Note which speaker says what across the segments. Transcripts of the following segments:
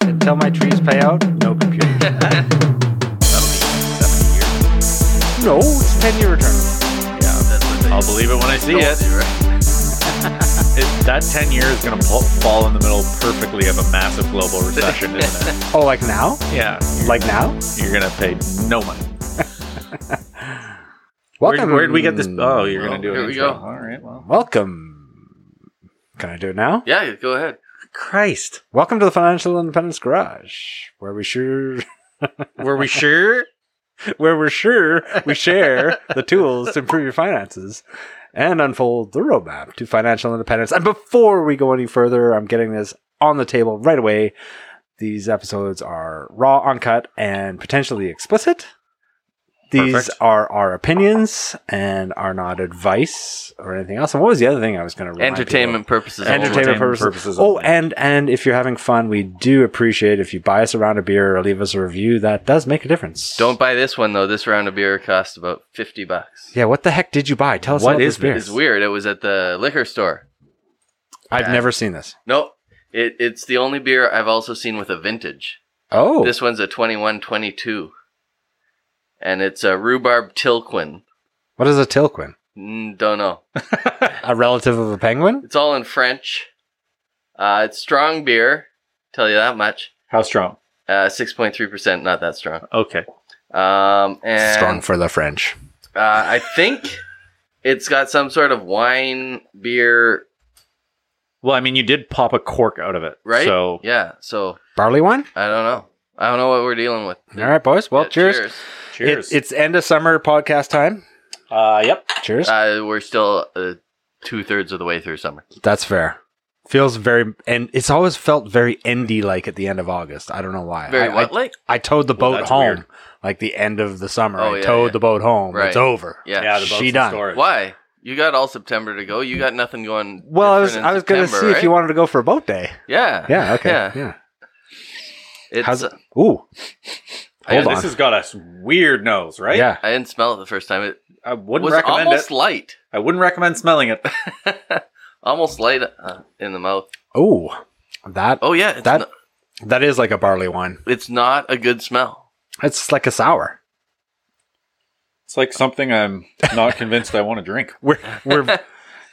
Speaker 1: until my trees pay out, no computer.
Speaker 2: That'll be 70 years.
Speaker 1: No, it's 10 year return.
Speaker 2: Yeah, that's what they
Speaker 3: I'll believe it when I see it.
Speaker 2: Totally right.
Speaker 3: It- that 10 years is going to fall in the middle perfectly of a massive global recession, isn't it?
Speaker 1: Oh, like now?
Speaker 3: Yeah.
Speaker 1: Like now?
Speaker 3: You're going to pay no money.
Speaker 1: Welcome.
Speaker 3: Where, where'd we get this? Oh, you're
Speaker 2: Oh,
Speaker 3: going to do it.
Speaker 2: here we go.
Speaker 3: All right. Well,
Speaker 1: Welcome. Can I do it now?
Speaker 2: Yeah, go ahead.
Speaker 3: Christ.
Speaker 1: Welcome to the Financial Independence Garage, where we sure,
Speaker 3: Were we sure?
Speaker 1: where we're sure we share the tools to improve your finances and unfold the roadmap to financial independence. And before we go any further, I'm getting this on the table right away. These episodes are raw, uncut, and potentially explicit. These
Speaker 3: Perfect.
Speaker 1: are our opinions and are not advice or anything else. And what was the other thing I was going to
Speaker 2: Entertainment purposes. only.
Speaker 1: entertainment purposes.
Speaker 3: purposes
Speaker 1: oh,
Speaker 3: only.
Speaker 1: and and if you're having fun, we do appreciate if you buy us a round of beer or leave us a review. That does make a difference.
Speaker 2: Don't buy this one though. This round of beer cost about fifty bucks.
Speaker 1: Yeah, what the heck did you buy? Tell us
Speaker 3: What
Speaker 1: about
Speaker 3: is
Speaker 1: this beer.
Speaker 2: It's weird. It was at the liquor store.
Speaker 1: I've
Speaker 2: Yeah.
Speaker 1: never seen this.
Speaker 2: Nope. It, it's the only beer I've also seen with a vintage.
Speaker 1: Oh,
Speaker 2: This one's a 2122. And it's a rhubarb tilquin.
Speaker 1: what is a tilquin?
Speaker 2: Mm, don't know.
Speaker 1: A relative of a penguin?
Speaker 2: It's all in French. Uh, it's strong beer. Tell you that much.
Speaker 3: How strong?
Speaker 2: Uh, 6.3%, not that strong.
Speaker 3: Okay.
Speaker 2: Um, and
Speaker 1: Strong for the French.
Speaker 2: Uh, I think it's got some sort of wine beer,
Speaker 3: Well, I mean, you did pop a cork out of it.
Speaker 2: right?
Speaker 3: So,
Speaker 2: yeah. So
Speaker 1: Barley wine?
Speaker 2: I don't know. I don't know what we're dealing with.
Speaker 1: All right, boys. Well,
Speaker 2: Yeah,
Speaker 1: cheers. It-
Speaker 3: cheers.
Speaker 1: it's end of summer podcast time.
Speaker 3: uh, yep.
Speaker 1: Cheers.
Speaker 2: Uh, we're still uh, two thirds of the way through summer.
Speaker 1: That's fair. Feels very, and it's always felt very endy like at the end of August. I don't know why.
Speaker 2: Very
Speaker 1: I, I-
Speaker 2: what? like
Speaker 1: I towed the
Speaker 3: Well,
Speaker 1: boat
Speaker 3: that's
Speaker 1: home,
Speaker 3: weird.
Speaker 1: like the end of the summer.
Speaker 2: Oh,
Speaker 1: I
Speaker 2: yeah,
Speaker 1: towed
Speaker 2: yeah.
Speaker 1: the boat home.
Speaker 2: Right.
Speaker 1: It's over.
Speaker 2: yeah.
Speaker 3: Yeah, the boat's
Speaker 1: She
Speaker 3: in
Speaker 1: done.
Speaker 3: storage.
Speaker 2: Why? You got all September to go. You got nothing going.
Speaker 1: Well, I was
Speaker 2: different in
Speaker 1: I was gonna
Speaker 2: September,
Speaker 1: see if you
Speaker 2: right?
Speaker 1: wanted to go for a boat day.
Speaker 2: Yeah.
Speaker 1: Yeah. Okay. Yeah.
Speaker 2: Yeah. It's,
Speaker 1: How's it? Ooh. Hold
Speaker 2: I-
Speaker 3: yeah,
Speaker 1: on.
Speaker 3: This has got a s- weird nose, right?
Speaker 1: Yeah.
Speaker 2: I didn't smell it the first time. It
Speaker 3: I wouldn't
Speaker 2: was
Speaker 3: recommend
Speaker 2: almost
Speaker 3: it.
Speaker 2: light.
Speaker 3: I wouldn't recommend smelling it.
Speaker 2: almost light uh, in the mouth.
Speaker 1: Ooh. That
Speaker 2: Oh yeah, it's
Speaker 1: That-
Speaker 2: not,
Speaker 1: that is like a barley wine.
Speaker 2: it's not a good smell.
Speaker 1: It's like a sour.
Speaker 3: It's like something I'm not convinced I want to drink.
Speaker 1: We're we're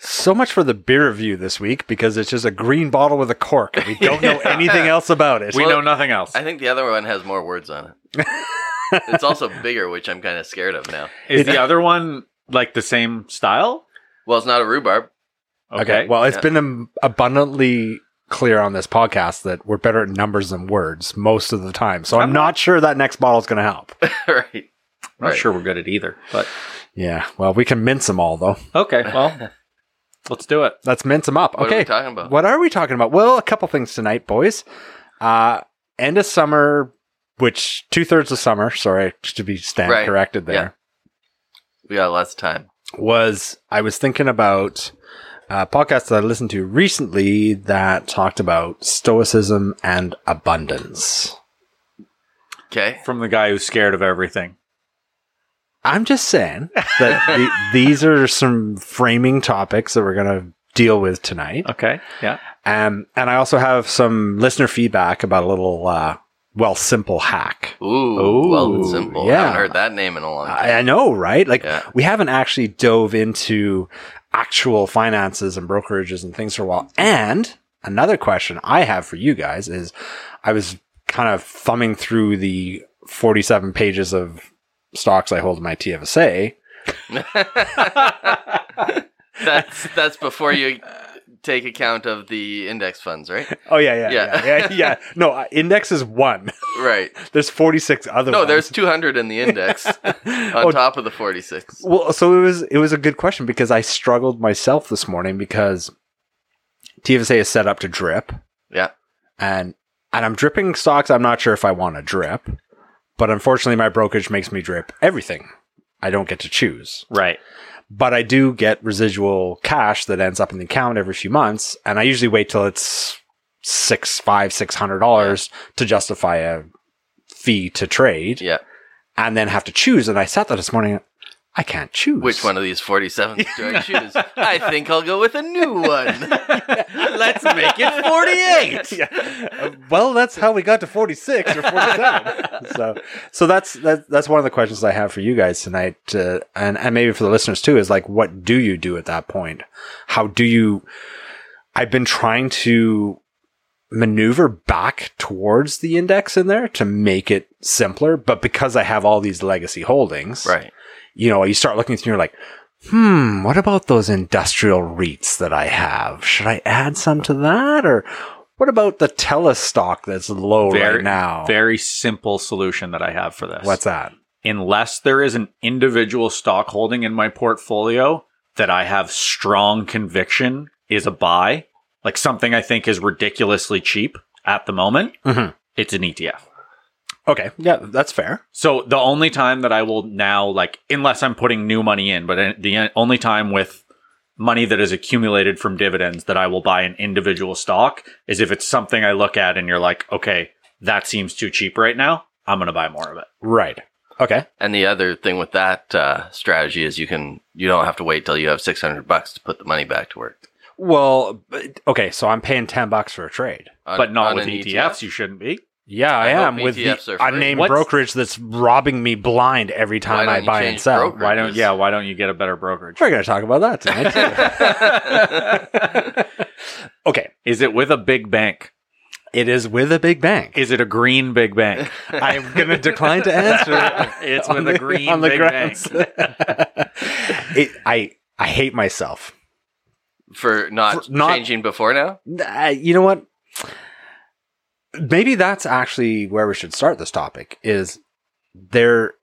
Speaker 1: so much for the beer review this week because it's just a green bottle with a cork. and We don't know anything else about it.
Speaker 3: We
Speaker 2: Well,
Speaker 3: know nothing else.
Speaker 2: I think the other one has more words on it. it's also bigger, which I'm kind of scared of now.
Speaker 3: Is
Speaker 1: It-
Speaker 3: the other one like the same style?
Speaker 2: Well, it's not a rhubarb.
Speaker 3: Okay.
Speaker 1: Well, it's
Speaker 2: Yeah.
Speaker 1: been um, abundantly clear on this podcast that we're better at numbers than words most of the time. So I'm
Speaker 3: I'm
Speaker 1: not sure that next bottle is going to help.
Speaker 2: right.
Speaker 3: I'm not
Speaker 2: Right.
Speaker 3: sure we're good at either. But
Speaker 1: Yeah. Well, we can mince them all though.
Speaker 3: okay, well, let's do it.
Speaker 1: Let's mince them up.
Speaker 2: What
Speaker 1: okay.
Speaker 2: are we talking about?
Speaker 1: What are we talking about? Well, a couple things tonight, boys. Uh, end of summer, which two thirds of summer, sorry, just to be stand
Speaker 2: Right.
Speaker 1: corrected there,
Speaker 2: We got lots of time.
Speaker 1: was I was thinking about a podcast that I listened to recently that talked about stoicism and abundance.
Speaker 2: Okay.
Speaker 3: From the guy who's scared of everything.
Speaker 1: I'm just saying that the, these are some framing topics that we're going to deal with tonight.
Speaker 3: Okay. Yeah.
Speaker 1: Um, and I also have some listener feedback about a little, uh, well, simple hack.
Speaker 2: Ooh,
Speaker 3: Ooh,
Speaker 2: well and simple. I
Speaker 1: yeah.
Speaker 2: haven't heard that name in a long time.
Speaker 1: I, I know, right? Like
Speaker 2: Yeah.
Speaker 1: we haven't actually dove into actual finances and brokerages and things for a while. And another question I have for you guys is I was kind of thumbing through the 47 pages of stocks I hold in my TFSA.
Speaker 2: that's that's before you take account of the index funds, right?
Speaker 1: Oh yeah, yeah, yeah,
Speaker 2: Yeah.
Speaker 1: yeah. yeah, No, uh, index is one.
Speaker 2: Right.
Speaker 1: There's 46 other
Speaker 2: No,
Speaker 1: ones.
Speaker 2: there's 200 in the index on
Speaker 1: Oh,
Speaker 2: top of the 46.
Speaker 1: Well, so it was it was a good question because I struggled myself this morning because TFSA is set up to drip.
Speaker 2: Yeah.
Speaker 1: And and I'm dripping stocks I'm not sure if I want to drip, but unfortunately my brokerage makes me drip everything. I don't get to choose.
Speaker 3: Right.
Speaker 1: But I do get residual cash that ends up in the account every few months, and I usually wait till it's six, five, six hundred dollars to justify a fee to trade
Speaker 2: Yeah.
Speaker 1: and then have to choose. And I sat there this morning. I can't choose.
Speaker 2: Which one of these 47s do I choose? I think I'll go with a new one. Let's make it 48.
Speaker 1: Uh, well, that's how we got to 46 or 47. so, so that's that, that's one of the questions I have for you guys tonight, uh, and and maybe for the listeners too, is like, what do you do at that point? How do you? I've been trying to maneuver back towards the index in there to make it simpler, but because I have all these legacy holdings,
Speaker 2: Right.
Speaker 1: you know, you start looking through, you're like, hmm, what about those industrial REITs that I have? Should I add some to that? Or what about the Telus stock that's low right now?
Speaker 3: Very simple solution that I have for this.
Speaker 1: What's that?
Speaker 3: Unless there is an individual stock holding in my portfolio that I have strong conviction is a buy, like something I think is ridiculously cheap at the moment,
Speaker 1: Mhm.
Speaker 3: it's an E ETF.
Speaker 1: Okay. Yeah, that's fair.
Speaker 3: So the only time that I will now, like, unless I'm putting new money in, but the only time with money that is accumulated from dividends that I will buy an individual stock is if it's something I look at and you're like, okay, that seems too cheap right now. I'm going to buy more of it.
Speaker 1: Right. Okay.
Speaker 2: And the other thing with that uh, strategy is you can you don't have to wait till you have 600 bucks to put the money back to work.
Speaker 1: Well, but- okay. So I'm paying 10 bucks for a trade.
Speaker 2: On-
Speaker 3: but not
Speaker 2: on
Speaker 3: with E
Speaker 2: an E
Speaker 3: ETFs.
Speaker 2: ETF.
Speaker 3: You shouldn't be.
Speaker 1: Yeah, I,
Speaker 2: I hope
Speaker 1: am with the
Speaker 2: ETFs are free.
Speaker 1: unnamed
Speaker 3: What's-
Speaker 1: brokerage that's robbing me blind every time
Speaker 2: don't
Speaker 1: I
Speaker 2: you
Speaker 1: buy and
Speaker 2: change
Speaker 1: sell.
Speaker 2: broker?
Speaker 3: Why don't?
Speaker 2: Brokerages.
Speaker 3: Yeah. Why don't you get a better brokerage?
Speaker 1: We're going to talk about that tonight. too. okay.
Speaker 3: Is it with a big bank?
Speaker 1: It is with a big bank.
Speaker 3: Is it a green big bank?
Speaker 1: I'm going to decline to answer.
Speaker 3: it's
Speaker 1: on
Speaker 3: with
Speaker 1: the-
Speaker 3: a green
Speaker 1: on the
Speaker 3: big
Speaker 1: grounds.
Speaker 3: bank.
Speaker 1: it, I I hate myself.
Speaker 2: For not,
Speaker 1: For not-
Speaker 2: changing before now?
Speaker 1: Uh, you know what? Maybe that's actually where we should start this topic. Is there?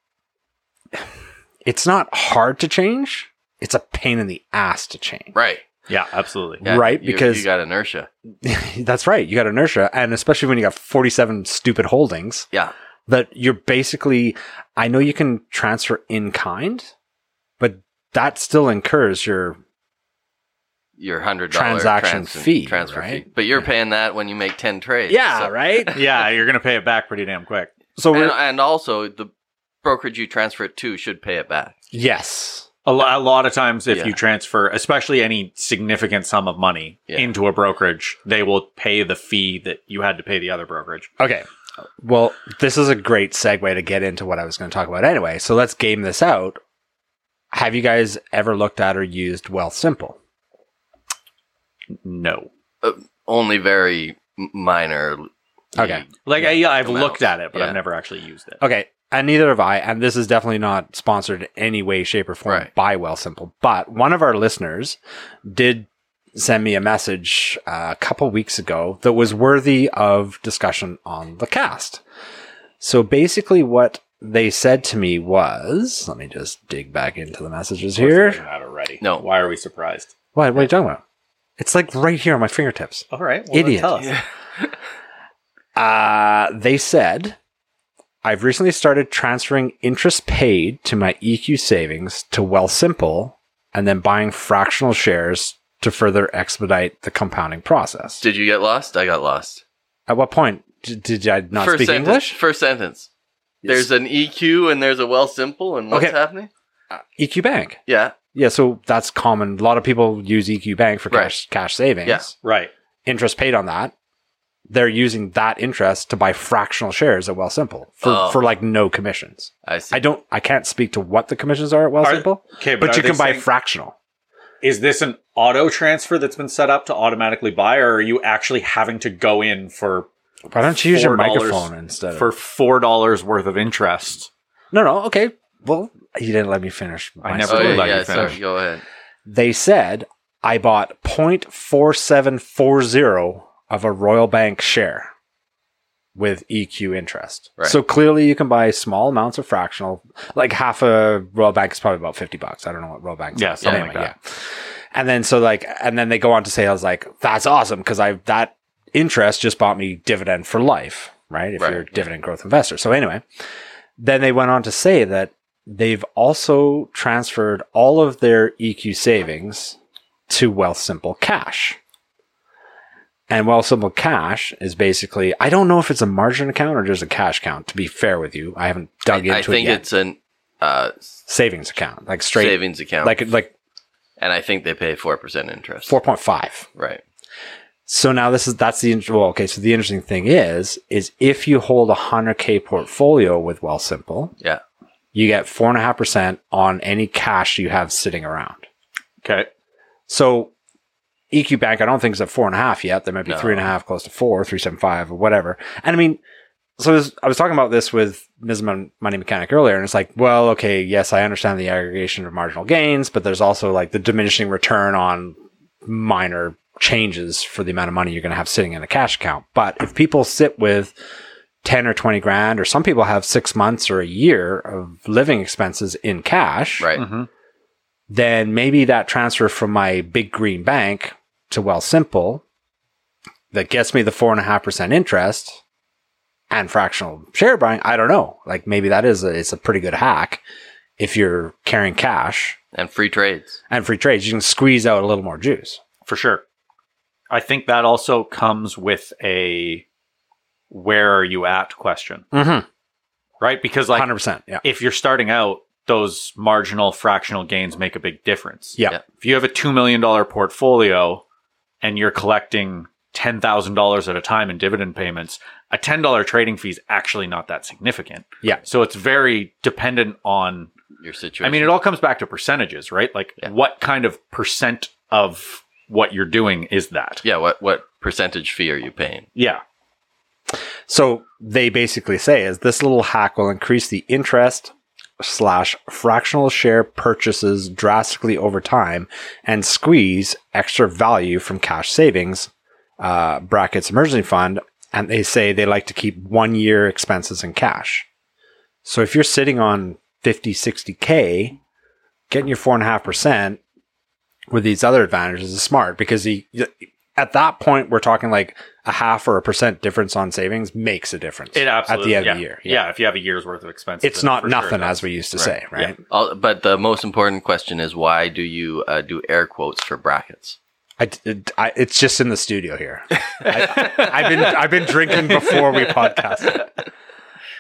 Speaker 1: It's not hard to change. It's a pain in the ass to change.
Speaker 2: Right.
Speaker 3: Yeah, absolutely.
Speaker 2: Yeah,
Speaker 1: Right,
Speaker 2: you-
Speaker 1: because-
Speaker 2: you got inertia.
Speaker 1: that's right. You got inertia, and especially when you got forty-seven stupid holdings.
Speaker 2: Yeah.
Speaker 1: that you're basically I know you can transfer in kind, but that still incurs your
Speaker 2: Your $100
Speaker 1: Transaction fee,
Speaker 2: transfer
Speaker 1: right?
Speaker 2: fee. But you're
Speaker 1: Yeah.
Speaker 2: paying that when you make 10 trades. So-
Speaker 1: right?
Speaker 3: Yeah, you're gonna pay it back pretty damn quick.
Speaker 1: So
Speaker 2: And,
Speaker 1: we're
Speaker 2: and also, the brokerage you transfer it to should pay it back.
Speaker 1: yes.
Speaker 3: A, lo- a lot of times, if
Speaker 2: Yeah.
Speaker 3: you transfer, especially any significant sum of money
Speaker 2: Yeah.
Speaker 3: into a brokerage, they will pay the fee that you had to pay the other brokerage.
Speaker 1: Okay. Well, this is a great segue to get into what I was going to talk about anyway. So let's game this out. Have you guys ever looked at or used Wealth Simple?
Speaker 3: No,
Speaker 2: Only very m- minor.
Speaker 1: Okay.
Speaker 3: like I, yeah, I've
Speaker 2: amounts.
Speaker 3: looked at it, but
Speaker 2: Yeah.
Speaker 3: I've never actually used it.
Speaker 1: Okay, and neither have I. And this is definitely not sponsored in any way, shape, or form
Speaker 2: Right.
Speaker 1: by Well Simple. But one of our listeners did send me a message uh, a couple weeks ago that was worthy of discussion on the cast. So basically, what they said to me was, let me just dig back into the messages here.
Speaker 3: not already.
Speaker 2: No.
Speaker 3: why are we surprised?
Speaker 1: What? What are you talking about? It's like right here on my fingertips.
Speaker 3: All right,
Speaker 1: well, then Idiot. tell us. Uh, they said, I've recently started transferring interest paid to my EQ savings to Wealthsimple and then buying fractional shares to further expedite the compounding process.
Speaker 2: Did you get lost? I got lost.
Speaker 1: At what point did, did I not speak
Speaker 2: sentence.
Speaker 1: English?
Speaker 2: First sentence. There's an EQ and there's a well simple and what's
Speaker 1: Okay.
Speaker 2: happening?
Speaker 1: EQ E Bank.
Speaker 2: Yeah.
Speaker 1: Yeah, so that's common. A lot of people use EQ Bank for
Speaker 2: Right.
Speaker 1: cash cash savings.
Speaker 2: Yeah.
Speaker 3: Right.
Speaker 1: Interest paid on that. They're using that interest to buy fractional shares at Wealthsimple for,
Speaker 2: Oh.
Speaker 1: for like no commissions.
Speaker 2: I see.
Speaker 1: I don't I can't speak to what the commissions are at Wealthsimple.
Speaker 3: Okay,
Speaker 1: but,
Speaker 3: are
Speaker 1: you
Speaker 3: they
Speaker 1: can buy
Speaker 3: saying-
Speaker 1: fractional.
Speaker 3: is this an auto transfer that's been set up to automatically buy, or are you actually having to go in for
Speaker 1: Why don't you use your
Speaker 3: $4
Speaker 1: microphone instead? Of,
Speaker 3: for four dollars worth of interest?
Speaker 1: no, no, okay. Well, you didn't let me finish.
Speaker 3: I
Speaker 1: my
Speaker 3: never
Speaker 2: oh,
Speaker 1: story.
Speaker 3: Absolutely.
Speaker 2: yeah,
Speaker 3: Let you
Speaker 2: yeah, sorry.
Speaker 3: finish.
Speaker 2: Go ahead.
Speaker 1: They said I bought 0.4740 of a Royal Bank share with EQ interest.
Speaker 2: Right.
Speaker 1: So clearly you can buy small amounts of fractional, like half a Royal Bank is probably about 50 bucks. I don't know what Royal Bank is.
Speaker 3: Yeah, something
Speaker 1: Anyway,
Speaker 3: like that.
Speaker 1: Yeah. And then so like and then they go on to say I was like, that's awesome because I that interest just bought me dividend for life, right? If
Speaker 2: Right,
Speaker 1: you're a
Speaker 2: yeah.
Speaker 1: dividend growth investor. So anyway, then they went on to say that they've also transferred all of their EQ savings to Wealthsimple Cash. And Wealthsimple Cash is basically I don't know if it's a margin account or just a cash account, to be fair with you. I haven't dug
Speaker 2: I
Speaker 1: into it
Speaker 2: think
Speaker 1: yet.
Speaker 2: it's an uh,
Speaker 1: savings account, like straight,
Speaker 2: savings account.
Speaker 1: like like
Speaker 2: and I think they pay four percent interest.
Speaker 1: four point five.
Speaker 2: Right.
Speaker 1: So now this is that's the int- well, okay. So the interesting thing is, is if you hold a hundred k portfolio with Wealthsimple,
Speaker 2: Yeah.
Speaker 1: you get four and a half percent on any cash you have sitting around.
Speaker 3: Okay.
Speaker 1: So EQ Bank, I don't think is at four and a half yet. There might be
Speaker 2: No.
Speaker 1: three and a half, close to four, three seven five, or whatever. And I mean, so this, I was talking about this with Ms. Mon- Money Mechanic earlier, and it's like, well, okay, yes, I understand the aggregation of marginal gains, but there's also like the diminishing return on minor changes for the amount of money you're going to have sitting in a cash account. But if people sit with 10 or 20 grand, or some people have six months or a year of living expenses in cash,
Speaker 2: Right.
Speaker 3: Mm-hmm.
Speaker 1: then maybe that transfer from my big green bank to Well Simple that gets me the four and a half percent interest and fractional share buying. I don't know. Like maybe that is a, it's a pretty good hack if you're carrying cash
Speaker 2: And free trades.
Speaker 1: and free trades. You can squeeze out a little more juice.
Speaker 3: for sure. I think that also comes with a where are you at question,
Speaker 1: Mm-hmm.
Speaker 3: right? Because like
Speaker 1: Hundred percent. Yeah.
Speaker 3: if you're starting out, those marginal fractional gains make a big difference.
Speaker 1: Yeah.
Speaker 2: Yeah.
Speaker 3: If you have a $2 million portfolio and you're collecting $10,000 at a time in dividend payments, a $10 trading fee is actually not that significant.
Speaker 1: Yeah.
Speaker 3: So it's very dependent on
Speaker 2: Your situation.
Speaker 3: I mean, it all comes back to percentages, right? Like
Speaker 2: Yeah.
Speaker 3: what kind of percent of what you're doing is that?
Speaker 2: yeah. What what percentage fee are you paying?
Speaker 3: Yeah.
Speaker 1: So they basically say is this little hack will increase the interest slash fractional share purchases drastically over time and squeeze extra value from cash savings uh, brackets emergency fund. And they say they like to keep one year expenses in cash. So if you're sitting on 50, 60K, getting your 4.5% with these other advantages is smart because he, at that point, we're talking like a half or a percent difference on savings makes a difference
Speaker 3: It
Speaker 1: at
Speaker 3: absolutely
Speaker 1: the end
Speaker 3: yeah.
Speaker 1: of the year.
Speaker 3: Yeah. if you have a year's worth of expenses,
Speaker 1: It's
Speaker 3: then
Speaker 1: not
Speaker 3: for sure
Speaker 1: nothing,
Speaker 3: it
Speaker 1: as
Speaker 3: does.
Speaker 1: we used to
Speaker 3: Right.
Speaker 1: say, right?
Speaker 2: All, but the most important question is why do you uh, do air quotes for brackets?
Speaker 1: I, it- I- it's just in the studio here. I, I've been I've been drinking before we podcasted.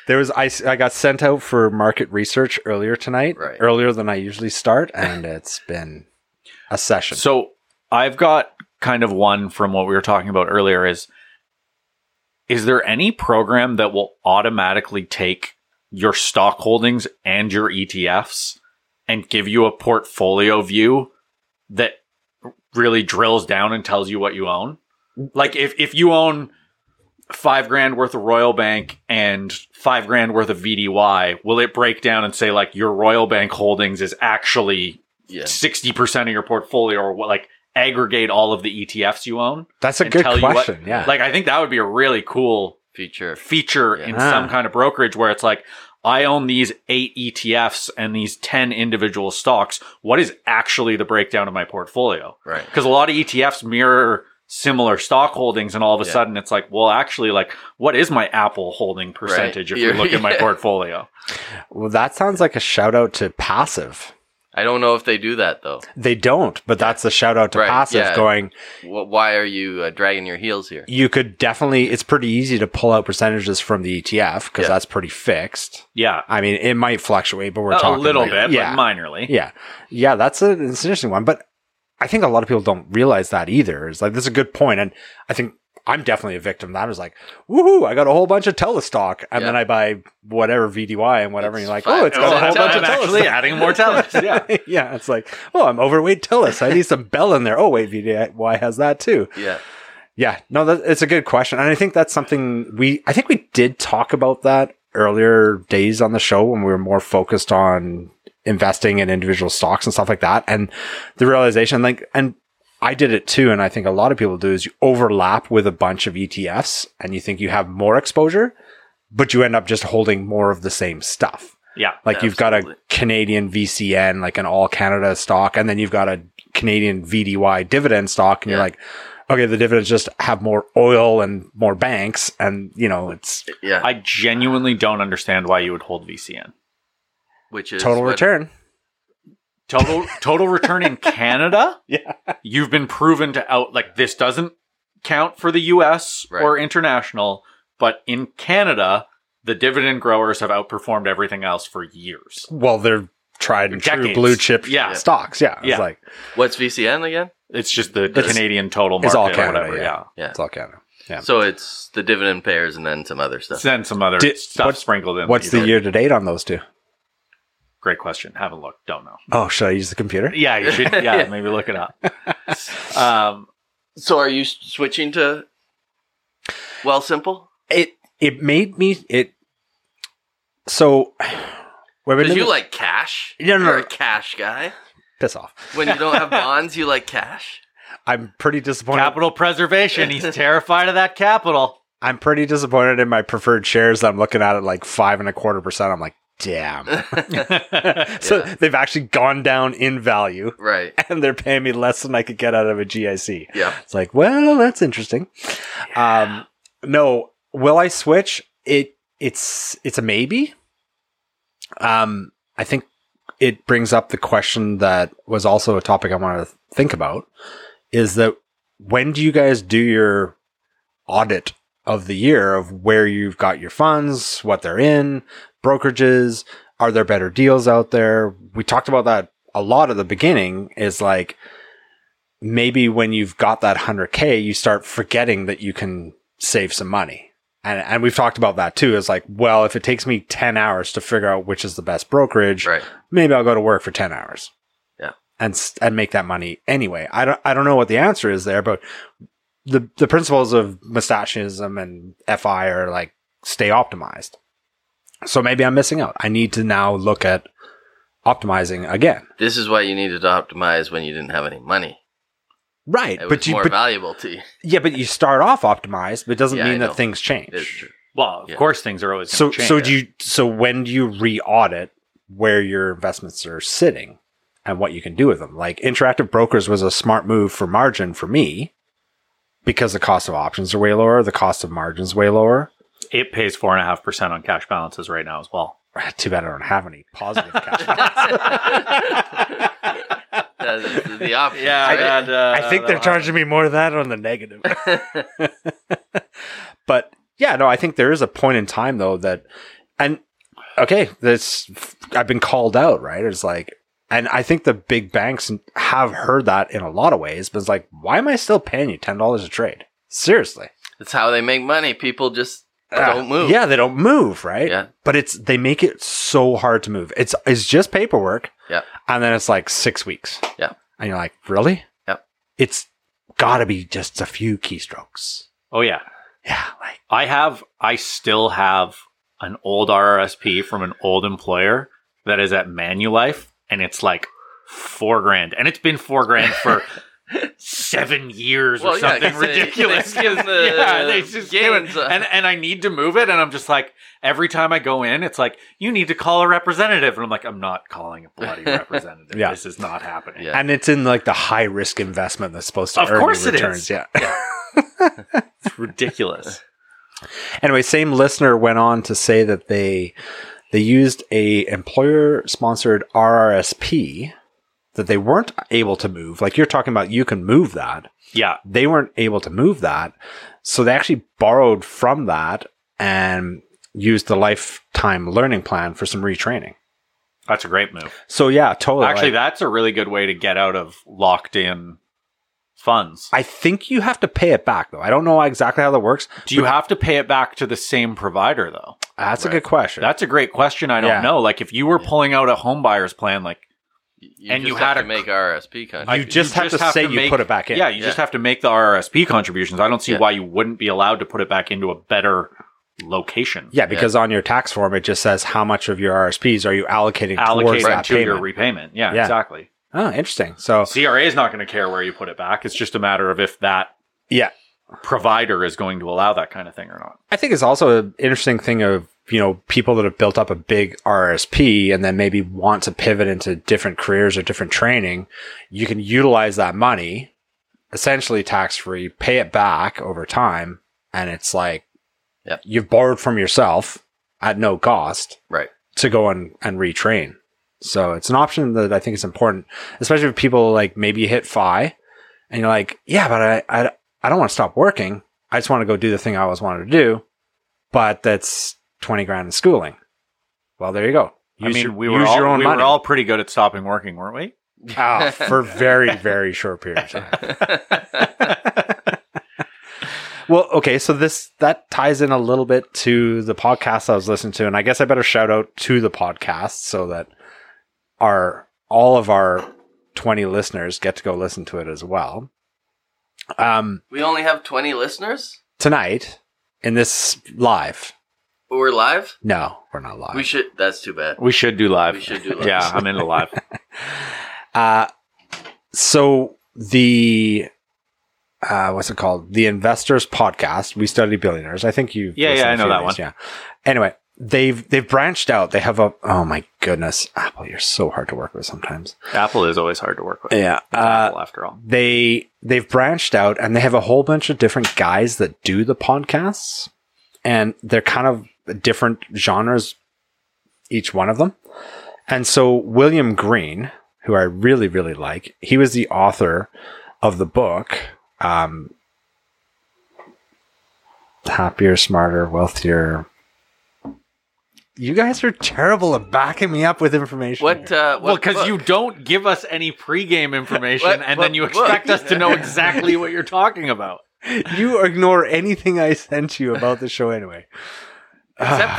Speaker 1: There was I, s- I got sent out for market research earlier tonight,
Speaker 2: Right.
Speaker 1: earlier than I usually start, and it's been a session.
Speaker 3: So I've got kind of one from what we were talking about earlier is is there any program that will automatically take your stock holdings and your ETFs and give you a portfolio view that really drills down and tells you what you own? Like if, if you own five grand worth of Royal Bank and five grand worth of VDY, will it break down and say like your Royal Bank holdings is actually
Speaker 2: Yeah.
Speaker 3: sixty percent of your portfolio, or what, like aggregate all of the ETFs you own.
Speaker 1: That's a
Speaker 3: and
Speaker 1: good
Speaker 3: tell you what-
Speaker 1: question. yeah,
Speaker 3: Like, I think that would be a really cool
Speaker 2: Feature.
Speaker 3: feature in
Speaker 1: Yeah.
Speaker 3: some kind of brokerage where it's like, I own these eight ETFs and these ten individual stocks. What is actually the breakdown of my portfolio?
Speaker 2: Right.
Speaker 3: Because a lot of ETFs mirror similar stock holdings, and all of a
Speaker 2: Yeah.
Speaker 3: sudden it's like, well, actually, like, what is my Apple holding percentage if
Speaker 2: You're-
Speaker 3: we look at my
Speaker 2: yeah.
Speaker 3: portfolio?
Speaker 1: well, that sounds like a shout out to passive.
Speaker 2: I don't know if they do that though.
Speaker 1: They don't, but that's a shout out to
Speaker 2: Right,
Speaker 1: passive.
Speaker 2: yeah.
Speaker 1: Going,
Speaker 2: Wh- why are you uh, dragging your heels here?
Speaker 1: you could definitely. It's pretty easy to pull out percentages from the E ETF because
Speaker 2: Yeah.
Speaker 1: that's pretty fixed.
Speaker 3: Yeah,
Speaker 1: I mean, it might fluctuate, but we're
Speaker 3: a
Speaker 1: talking
Speaker 3: little
Speaker 1: like-
Speaker 3: bit,
Speaker 1: Yeah,
Speaker 3: but minorly.
Speaker 1: yeah, yeah. That's a, it's an interesting one, but I think a lot of people don't realize that either. It's like that's a good point, and I think I'm definitely a victim. of That I was like, woohoo! I got a whole bunch of Telestock, and
Speaker 2: Yeah.
Speaker 1: then I buy whatever VDY and whatever.
Speaker 2: It's
Speaker 1: and you're like,
Speaker 2: fine.
Speaker 1: oh, it's got
Speaker 2: Oh,
Speaker 1: a whole
Speaker 2: I'm-
Speaker 1: bunch
Speaker 2: I'm
Speaker 1: of Telestock.
Speaker 3: actually adding more talent. Yeah.
Speaker 1: yeah, it's like, oh, I'm overweight Telus. I need some Bell in there. Oh, wait, VDY has that too.
Speaker 2: Yeah.
Speaker 1: Yeah, no, that, it's a good question, and I think that's something we. I think we did talk about that earlier days on the show when we were more focused on investing in individual stocks and stuff like that, and the realization, like, and I did it too, and I think a lot of people do is you overlap with a bunch of ETFs, and you think you have more exposure, but you end up just holding more of the same stuff.
Speaker 3: Yeah.
Speaker 1: Like you've got a
Speaker 2: Absolutely.
Speaker 1: Canadian VCN, like an all Canada stock, and then you've got a Canadian VDY dividend stock, and you're
Speaker 2: Yeah.
Speaker 1: like, okay, the dividends just have more oil and more banks, and you know it's
Speaker 2: Yeah.
Speaker 3: I genuinely don't understand why you would hold VCN.
Speaker 2: Which is
Speaker 1: total
Speaker 2: what-
Speaker 1: return.
Speaker 3: Total total return in Canada?
Speaker 1: Yeah.
Speaker 3: You've been proven to out like this doesn't count for the US
Speaker 2: Right.
Speaker 3: or international, but in Canada, the dividend growers have outperformed everything else for years.
Speaker 1: Well, they're tried and true
Speaker 3: Decades.
Speaker 1: blue chip
Speaker 3: Yeah.
Speaker 1: stocks. Yeah. It's
Speaker 3: Yeah.
Speaker 1: like,
Speaker 2: What's VCN again?
Speaker 3: It's just the
Speaker 1: That's-
Speaker 3: Canadian total market
Speaker 1: it's all
Speaker 3: or
Speaker 1: Canada,
Speaker 3: whatever.
Speaker 1: yeah.
Speaker 3: Yeah.
Speaker 2: Yeah.
Speaker 1: it's all Canada. Yeah.
Speaker 2: So it's the dividend payers and then some other stuff.
Speaker 3: Then some other
Speaker 1: Did-
Speaker 3: stuff
Speaker 1: what-
Speaker 3: sprinkled in.
Speaker 1: What's
Speaker 3: that you
Speaker 1: the
Speaker 3: don't-
Speaker 1: year to date on those two?
Speaker 3: Great question. Haven't looked. Don't know.
Speaker 1: Oh, should I use the computer?
Speaker 3: Yeah, you should. Yeah, maybe look it up. Um,
Speaker 2: So are you s- switching to Well Simple?
Speaker 1: It it made me it. So, wait,
Speaker 2: Because
Speaker 1: wait,
Speaker 2: you
Speaker 1: you like
Speaker 2: like cash.
Speaker 1: No, no,
Speaker 2: You're
Speaker 1: no.
Speaker 2: a cash guy.
Speaker 1: piss off.
Speaker 2: When you don't have bonds, you like cash.
Speaker 1: I'm pretty disappointed.
Speaker 3: capital preservation. He's terrified of that capital.
Speaker 1: I'm pretty disappointed in my preferred shares that I'm looking at at like five and a quarter percent. I'm like, damn. So
Speaker 2: Yeah.
Speaker 1: they've actually gone down in value,
Speaker 2: Right.
Speaker 1: and they're paying me less than I could get out of a GIC.
Speaker 2: Yeah.
Speaker 1: It's like, well, that's interesting. Um, no, will I switch? It it's it's a maybe. Um, I think it brings up the question that was also a topic I wanted to think about is that when do you guys do your audit of the year of where you've got your funds, what they're in, brokerages, are there better deals out there? We talked about that a lot at the beginning is like maybe when you've got that 100k you start forgetting that you can save some money and and we've talked about that too is like well if it takes me 10 hours to figure out which is the best brokerage
Speaker 2: Right.
Speaker 1: maybe I'll go to work for 10 hours
Speaker 2: Yeah.
Speaker 1: and s- and make that money anyway I don't I don't know what the answer is there but the the principles of mustachianism and FI are like stay optimized so maybe I'm missing out I need to now look at optimizing again
Speaker 2: This is why you needed to optimize when you didn't have any money.
Speaker 1: right
Speaker 2: It was more valuable to you.
Speaker 1: Yeah, but you start off optimized, but it doesn't
Speaker 2: Yeah, I
Speaker 1: mean
Speaker 2: know.
Speaker 1: that things change.
Speaker 2: It's true.
Speaker 3: Well, of
Speaker 2: Yeah.
Speaker 3: course, things are always
Speaker 1: So
Speaker 3: gonna change.
Speaker 1: so do you so when do you re-audit where your investments are sitting and what you can do with them? Like interactive brokers was a smart move for margin for me because the cost of options are way lower, the cost of margins way lower.
Speaker 3: It pays four and a half percent on cash balances right now as well.
Speaker 1: Ah, Too bad I don't have any positive cash.
Speaker 2: That is the option.
Speaker 3: that, uh,
Speaker 1: I think they're
Speaker 3: that'll
Speaker 1: charging me more of that on the negative. but yeah, no, I think there is a point in time though that, and okay, this I've been called out, right? It's like, and I think the big banks have heard that in a lot of ways, but it's like, why am I still paying you ten dollars a trade? Seriously,
Speaker 2: It's how they make money. People just don't
Speaker 1: Uh,
Speaker 2: move.
Speaker 1: Yeah, they don't move, right?
Speaker 2: Yeah.
Speaker 1: But it's they make it so hard to move. It's it's just paperwork.
Speaker 2: Yeah.
Speaker 1: And then it's like six weeks.
Speaker 2: Yeah.
Speaker 1: And you're like, really?
Speaker 2: Yeah.
Speaker 1: It's got to be just a few keystrokes.
Speaker 3: Oh yeah,
Speaker 1: Yeah, like
Speaker 3: I have. I still have an old RRSP from an old employer that is at Manulife, and it's like four grand, and it's been four grand for seven years
Speaker 2: Well,
Speaker 3: or
Speaker 2: yeah,
Speaker 3: something
Speaker 2: 'cause they-
Speaker 3: ridiculous.
Speaker 2: they skim the-
Speaker 3: yeah, they just skim it.
Speaker 2: gains, uh.
Speaker 3: and and I need to move it, and I'm just like every time I go in, it's like you need to call a representative, and I'm like I'm not calling a bloody representative.
Speaker 1: Yeah.
Speaker 3: This is not happening.
Speaker 2: Yeah.
Speaker 1: and it's in like the high risk investment that's supposed to
Speaker 3: Of
Speaker 1: earn
Speaker 3: course
Speaker 1: you
Speaker 3: it is.
Speaker 1: returns. Yeah.
Speaker 3: It's ridiculous.
Speaker 1: anyway, same listener went on to say that they they used a employer sponsored RRSP that they weren't able to move. Like you're talking about, you can move that.
Speaker 3: yeah,
Speaker 1: They weren't able to move that, so they actually borrowed from that and used the lifetime learning plan for some retraining.
Speaker 3: that's a great move.
Speaker 1: So yeah, totally.
Speaker 3: Actually,
Speaker 1: like-
Speaker 3: that's a really good way to get out of locked in funds.
Speaker 1: I think you have to pay it back though. I don't know exactly how that works.
Speaker 3: Do you have to pay it back to the same provider though?
Speaker 1: That's a
Speaker 2: Right.
Speaker 1: good question.
Speaker 3: That's a great question. I don't
Speaker 1: Yeah.
Speaker 3: know. Like if you were pulling out a home buyer's plan, like
Speaker 2: You
Speaker 3: And
Speaker 2: just
Speaker 3: you
Speaker 2: have
Speaker 3: had
Speaker 2: to
Speaker 3: a-
Speaker 2: make RSP
Speaker 1: you
Speaker 2: contributions.
Speaker 1: just have to say you put it back in.
Speaker 3: Yeah, you just have to make the RRSP contributions. I don't see
Speaker 2: Yeah.
Speaker 3: why you wouldn't be allowed to put it back into a better location.
Speaker 1: Yeah, because on your tax form it just says how much of your RSPs are you allocating towards
Speaker 3: Allocate it
Speaker 1: that
Speaker 3: to your
Speaker 1: payment.
Speaker 3: repayment. Yeah,
Speaker 1: Yeah.
Speaker 3: exactly.
Speaker 1: oh, interesting. So
Speaker 3: CRA is not going to care where you put it back. It's just a matter of if that
Speaker 1: yeah,
Speaker 3: provider is going to allow that kind of thing or not.
Speaker 1: I think it's also an interesting thing of you know people that have built up a big RSP and then maybe want to pivot into different careers or different training. You can utilize that money, essentially tax free, pay it back over time, and it's like
Speaker 2: Yep.
Speaker 1: you've borrowed from yourself at no cost.
Speaker 2: Right.
Speaker 1: to go and, and retrain. So it's an option that I think is important, especially if people like maybe you hit FI and you're like, yeah, but I, I, I don't want to stop working. I just want to go do the thing I always wanted to do. But that's 20 grand in schooling. Well, there you go. Use
Speaker 3: I mean,
Speaker 1: your,
Speaker 3: we were
Speaker 1: use
Speaker 3: all,
Speaker 1: your own
Speaker 3: we
Speaker 1: money
Speaker 3: were all pretty good at stopping working, weren't we?
Speaker 1: Ah, for very, very short period of time. Well, okay, so this that ties in a little bit to the podcast I was listening to, and I guess I better shout out to the podcast so that our all of our twenty listeners get to go listen to it as well. Um,
Speaker 2: we only have 20 listeners.
Speaker 1: tonight in this live,
Speaker 2: We're live.
Speaker 1: no, we're not live.
Speaker 2: We should. That's too bad.
Speaker 3: We should do live.
Speaker 2: We should do live.
Speaker 3: yeah, I'm into live.
Speaker 1: Uh, so the uh, what's it called? The Investors Podcast. We study billionaires. I think you.
Speaker 3: Yeah, yeah, I know that one.
Speaker 1: Yeah. Anyway, they've they've branched out. They have a oh my goodness, Apple, you're so hard to work with sometimes.
Speaker 3: Apple is always hard to work with.
Speaker 1: Yeah.
Speaker 3: It's
Speaker 1: Uh,
Speaker 3: Apple, after all.
Speaker 1: they they've branched out and they have a whole bunch of different guys that do the podcasts and they're kind of different genres each one of them and so william green who i really really like he was the author of the book um, happier smarter wealthier you guys are terrible at backing me up with information
Speaker 2: What? Uh, what
Speaker 3: Well, because
Speaker 2: book?
Speaker 3: you don't give us any pregame information,
Speaker 2: What-
Speaker 3: and
Speaker 2: what
Speaker 3: then you
Speaker 2: book?
Speaker 3: expect us to know exactly what you're talking about.
Speaker 1: you ignore anything i sent you about the show anyway
Speaker 2: except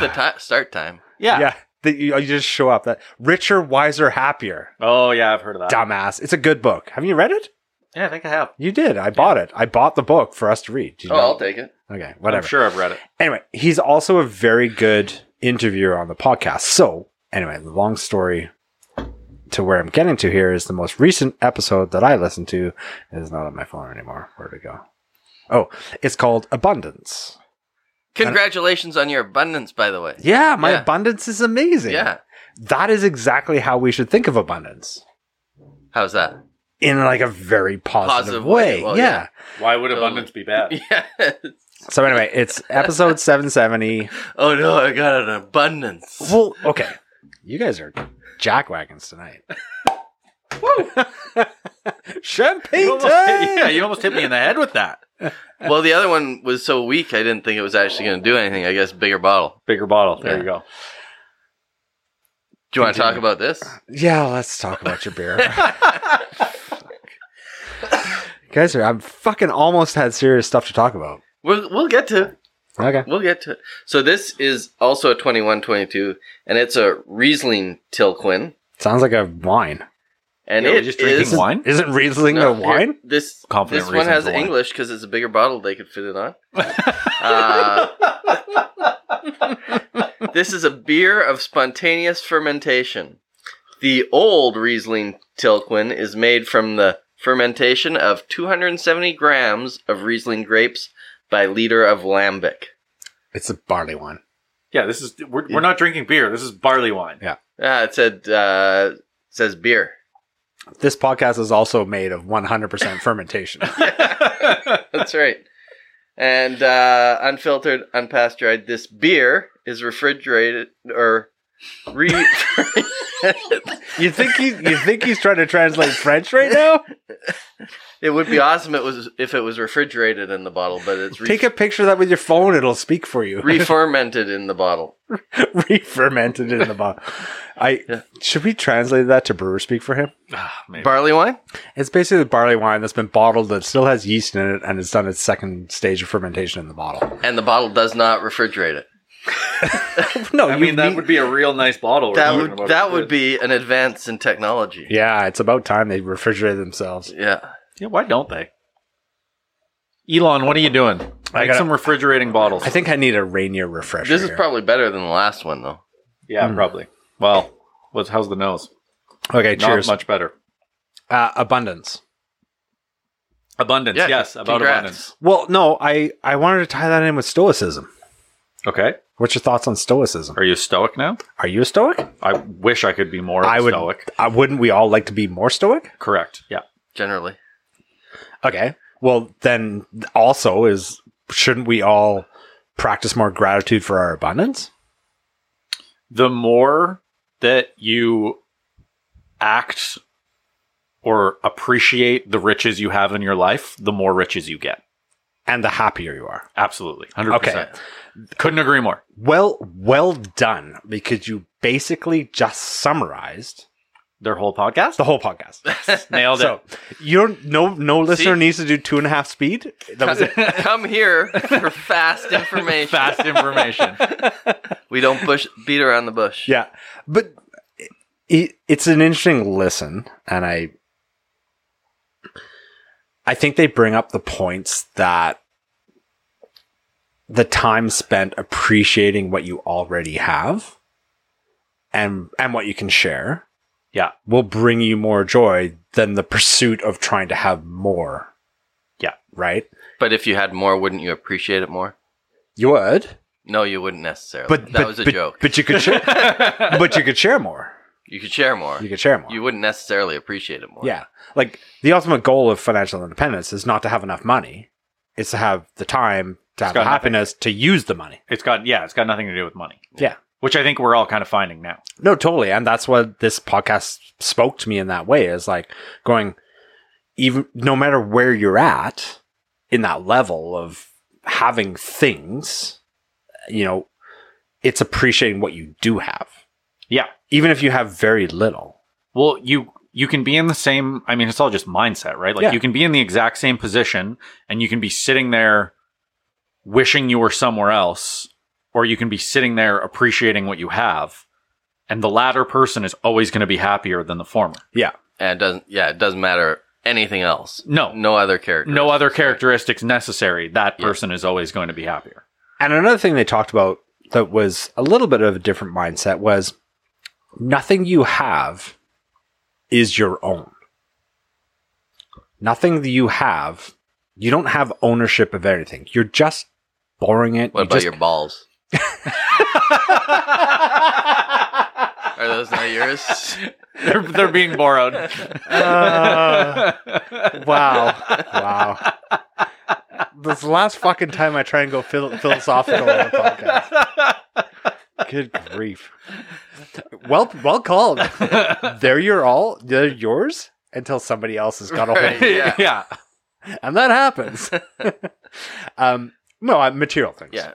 Speaker 2: the ti start time.
Speaker 3: Yeah.
Speaker 1: yeah. That you, you just show up. That richer, wiser, happier.
Speaker 3: Oh yeah, I've heard of that.
Speaker 1: Dumbass. It's a good book. Have you read it?
Speaker 3: Yeah, I think I have.
Speaker 1: You did. I bought it. I bought the book for us to read. Do you
Speaker 2: Oh,
Speaker 1: know?
Speaker 2: I'll take it.
Speaker 1: Okay, whatever.
Speaker 3: I'm sure I've read it.
Speaker 1: Anyway, he's also a very good interviewer on the podcast. So, anyway, the long story to where I'm getting to here is the most recent episode that I listened to is not on my phone anymore. Where'd it go? Oh, it's called Abundance.
Speaker 2: Congratulations on your abundance, by the way.
Speaker 1: Yeah, my
Speaker 2: Yeah.
Speaker 1: abundance is amazing.
Speaker 2: Yeah.
Speaker 1: That is exactly how we should think of abundance.
Speaker 2: How's that?
Speaker 1: in like a very positive,
Speaker 2: Positive
Speaker 1: way.
Speaker 2: way. Well,
Speaker 1: yeah.
Speaker 2: yeah.
Speaker 3: Why would
Speaker 2: Totally.
Speaker 3: abundance be bad?
Speaker 2: Yeah.
Speaker 1: So anyway, it's episode 770.
Speaker 2: Oh no, I got an abundance.
Speaker 1: Well, okay. You guys are jack wagons tonight.
Speaker 3: You
Speaker 1: Champagne
Speaker 3: almost,
Speaker 1: time!
Speaker 3: yeah, you almost hit me in the head with that.
Speaker 2: Well, the other one was so weak, I didn't think it was actually going to do anything. I guess bigger bottle.
Speaker 3: Bigger bottle. There
Speaker 2: Yeah.
Speaker 3: you go.
Speaker 2: Do you want to talk
Speaker 1: Continue.
Speaker 2: about this?
Speaker 1: Yeah, let's talk about your beer. you guys are, I'm fucking almost had serious stuff to talk about.
Speaker 2: We'll we'll get to
Speaker 1: Okay.
Speaker 2: we'll get to. So this is also a 21, 22, and it's a Riesling Tilquin,
Speaker 1: Sounds like a wine.
Speaker 2: and
Speaker 3: Yeah, we're
Speaker 2: it
Speaker 3: just drinking
Speaker 2: is-
Speaker 3: Wine?
Speaker 1: Isn't Riesling
Speaker 2: No,
Speaker 1: a wine?
Speaker 2: here, This
Speaker 3: Confident
Speaker 2: this one
Speaker 3: reasons
Speaker 2: has
Speaker 3: why.
Speaker 2: English because it's a bigger bottle they could fit it on. Uh, this is a beer of spontaneous fermentation. The old Riesling Tilquin is made from the fermentation of 270 grams of Riesling grapes by liter of lambic.
Speaker 1: It's a barley wine.
Speaker 3: Yeah, this is we're, we're not drinking beer. This is barley wine.
Speaker 2: Ah, it said uh, it says beer.
Speaker 1: This podcast is also made of 100% fermentation.
Speaker 3: Ah,
Speaker 2: That's right. And uh, unfiltered, unpasteurized, this beer is refrigerated or re.
Speaker 1: you think he, you think he's trying to translate French right now?
Speaker 2: it would be awesome it was if it was refrigerated in the bottle, but it's re-
Speaker 1: Take a picture of that with your phone; it'll speak for you.
Speaker 2: re-fermented in the bottle.
Speaker 1: Re-fermented in the bottle. I
Speaker 2: Yeah.
Speaker 1: should we translate that to brewer speak for him?
Speaker 3: Ah, maybe.
Speaker 2: Barley wine?
Speaker 1: It's basically barley wine that's been bottled that still has yeast in it, and it's done its second stage of fermentation in the bottle.
Speaker 2: And the bottle does not refrigerate it.
Speaker 1: No,
Speaker 3: I
Speaker 1: Oh, you
Speaker 3: mean that
Speaker 1: need-
Speaker 3: would be a real nice bottle. we're
Speaker 2: That
Speaker 3: talking about
Speaker 2: would that
Speaker 3: if
Speaker 2: would
Speaker 3: we did.
Speaker 2: be an advance in technology.
Speaker 1: Yeah, it's about time they refrigerate themselves.
Speaker 2: Yeah.
Speaker 3: Yeah, why don't they? Elon, what are you doing?
Speaker 1: I
Speaker 3: Make
Speaker 1: gotta-
Speaker 3: some refrigerating bottles.
Speaker 1: I think I need a Rainier refresher.
Speaker 2: This is
Speaker 1: here.
Speaker 2: probably better than the last one though.
Speaker 3: yeah,
Speaker 1: Hmm.
Speaker 3: probably. Well, what's how's the nose?
Speaker 1: okay. Cheers.
Speaker 3: Not much better.
Speaker 1: Uh, abundance.
Speaker 3: Abundance.
Speaker 2: Yeah,
Speaker 3: yes, about
Speaker 2: congrats.
Speaker 3: abundance.
Speaker 1: Well, no, I I wanted to tie that in with stoicism.
Speaker 3: Okay.
Speaker 1: What's your thoughts on stoicism?
Speaker 3: Are you stoic now?
Speaker 1: Are you a stoic?
Speaker 3: I wish I could be more
Speaker 1: I would.
Speaker 3: stoic.
Speaker 1: Uh, wouldn't we all like to be more stoic?
Speaker 3: Correct. Yeah.
Speaker 2: Generally.
Speaker 1: Okay. Well, then also is shouldn't we all practice more gratitude for our abundance?
Speaker 3: The more that you act or appreciate the riches you have in your life, the more riches you get.
Speaker 1: and the happier you are.
Speaker 3: Absolutely. 100%.
Speaker 1: Okay.
Speaker 3: Couldn't agree more.
Speaker 1: Well, well done because you basically just summarized
Speaker 3: Their whole podcast?
Speaker 1: the whole podcast.
Speaker 3: Nailed
Speaker 1: So you don't no no listener
Speaker 2: See?
Speaker 1: needs to do two and a half speed. That was it.
Speaker 2: Come here for fast
Speaker 3: it.
Speaker 2: information.
Speaker 3: Fast information.
Speaker 2: We don't push beat around the bush.
Speaker 1: Yeah, but it, it's an interesting listen, and I I think they bring up the points that the time spent appreciating what you already have and and what you can share
Speaker 3: Yeah.
Speaker 1: will bring you more joy than the pursuit of trying to have more
Speaker 3: Yeah.
Speaker 1: right
Speaker 2: But if you had more, wouldn't you appreciate it more?
Speaker 1: you would
Speaker 2: No, you wouldn't necessarily.
Speaker 1: but
Speaker 2: that
Speaker 1: but,
Speaker 2: was a
Speaker 1: but,
Speaker 2: joke.
Speaker 1: but you could share, but you could share more
Speaker 2: You could share more.
Speaker 1: you could share more
Speaker 2: You wouldn't necessarily appreciate it more.
Speaker 1: Yeah. Like the ultimate goal of financial independence is not to have enough money, it's to have the time, to have
Speaker 3: got
Speaker 1: the happiness to use the money.
Speaker 3: It's got, yeah, it's got nothing to do with money.
Speaker 1: Yeah.
Speaker 3: Which I think we're all kind of finding now.
Speaker 1: No, totally. And that's what this podcast spoke to me in that way is like going, even no matter where you're at in that level of having things, you know, it's appreciating what you do have,
Speaker 3: Yeah.
Speaker 1: even if you have very little.
Speaker 3: Well, you you can be in the same. I mean, it's all just mindset, right? Like
Speaker 1: Yeah.
Speaker 3: you can be in the exact same position, and you can be sitting there wishing you were somewhere else, or you can be sitting there appreciating what you have. And the latter person is always going to be happier than the former.
Speaker 2: And it doesn't yeah, it doesn't matter anything else.
Speaker 3: No,
Speaker 2: No other character.
Speaker 3: no other characteristics necessary. That
Speaker 2: Yeah.
Speaker 3: person is always going to be happier.
Speaker 1: And another thing they talked about that was a little bit of a different mindset was nothing you have is your own. Nothing that you have, you don't have ownership of anything. You're just borrowing it.
Speaker 2: What
Speaker 1: you
Speaker 2: about
Speaker 1: just-
Speaker 2: your balls? Are those not yours?
Speaker 3: they're, they're being borrowed.
Speaker 1: Uh, wow. Wow. This last fucking time I try and go phil- philosophical on the podcast. Good grief. Well, well called. They're your all. They're yours until somebody else has got a hold,
Speaker 2: Right. Yeah.
Speaker 3: yeah.
Speaker 1: and that happens. um, no, uh, material things.
Speaker 2: Yeah.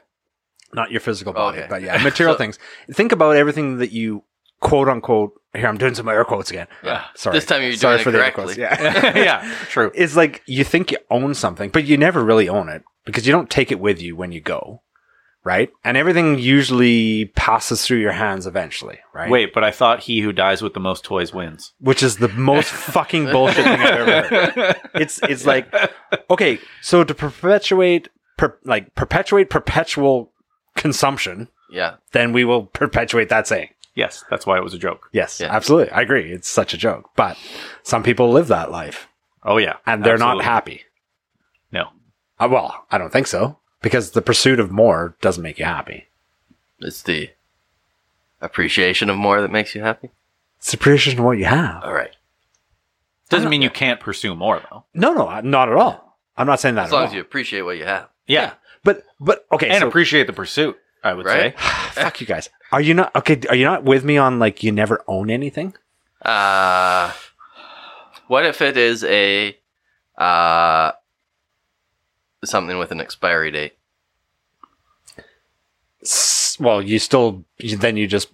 Speaker 1: not your physical body,
Speaker 2: Okay.
Speaker 1: but yeah, material
Speaker 2: So-
Speaker 1: things. Think about everything that you quote unquote. Here, I'm doing some air quotes again.
Speaker 2: Yeah.
Speaker 1: Uh, Sorry,
Speaker 2: This time you're doing
Speaker 1: Sorry
Speaker 2: it
Speaker 1: for the air
Speaker 2: correctly.
Speaker 1: quotes. Yeah.
Speaker 3: yeah. True.
Speaker 1: It's like you think you own something, but you never really own it because you don't take it with you when you go, right? And everything usually passes through your hands eventually, right?
Speaker 3: Wait, but I thought he who dies with the most toys wins.
Speaker 1: which is the most fucking bullshit thing I've ever heard. It's it's like okay, so to perpetuate per, like perpetuate perpetual consumption,
Speaker 2: Yeah.
Speaker 1: then we will perpetuate that saying.
Speaker 3: yes, that's why it was a joke.
Speaker 1: Yes,
Speaker 2: Yeah.
Speaker 1: absolutely. I agree. It's such a joke, but some people live that life
Speaker 3: Oh yeah,
Speaker 1: and they're
Speaker 3: Absolutely.
Speaker 1: not happy.
Speaker 3: No,
Speaker 1: Uh, well, I don't think so because the pursuit of more doesn't make you happy.
Speaker 2: It's the appreciation of more that makes you happy.
Speaker 1: It's appreciation of what you have.
Speaker 2: All right.
Speaker 3: doesn't mean you can't pursue more though.
Speaker 1: No, no, not at all. I'm not saying that
Speaker 2: As
Speaker 1: at
Speaker 2: long
Speaker 1: all.
Speaker 2: as you appreciate what you have.
Speaker 3: Yeah,
Speaker 1: But but okay,
Speaker 3: and
Speaker 1: so,
Speaker 3: appreciate the pursuit. I would
Speaker 2: Right?
Speaker 3: say.
Speaker 1: fuck you guys. Are you not okay? Are you not with me on like you never own anything?
Speaker 2: Uh, what if it is a uh, something with an expiry date?
Speaker 1: S- Well, you still you, then you just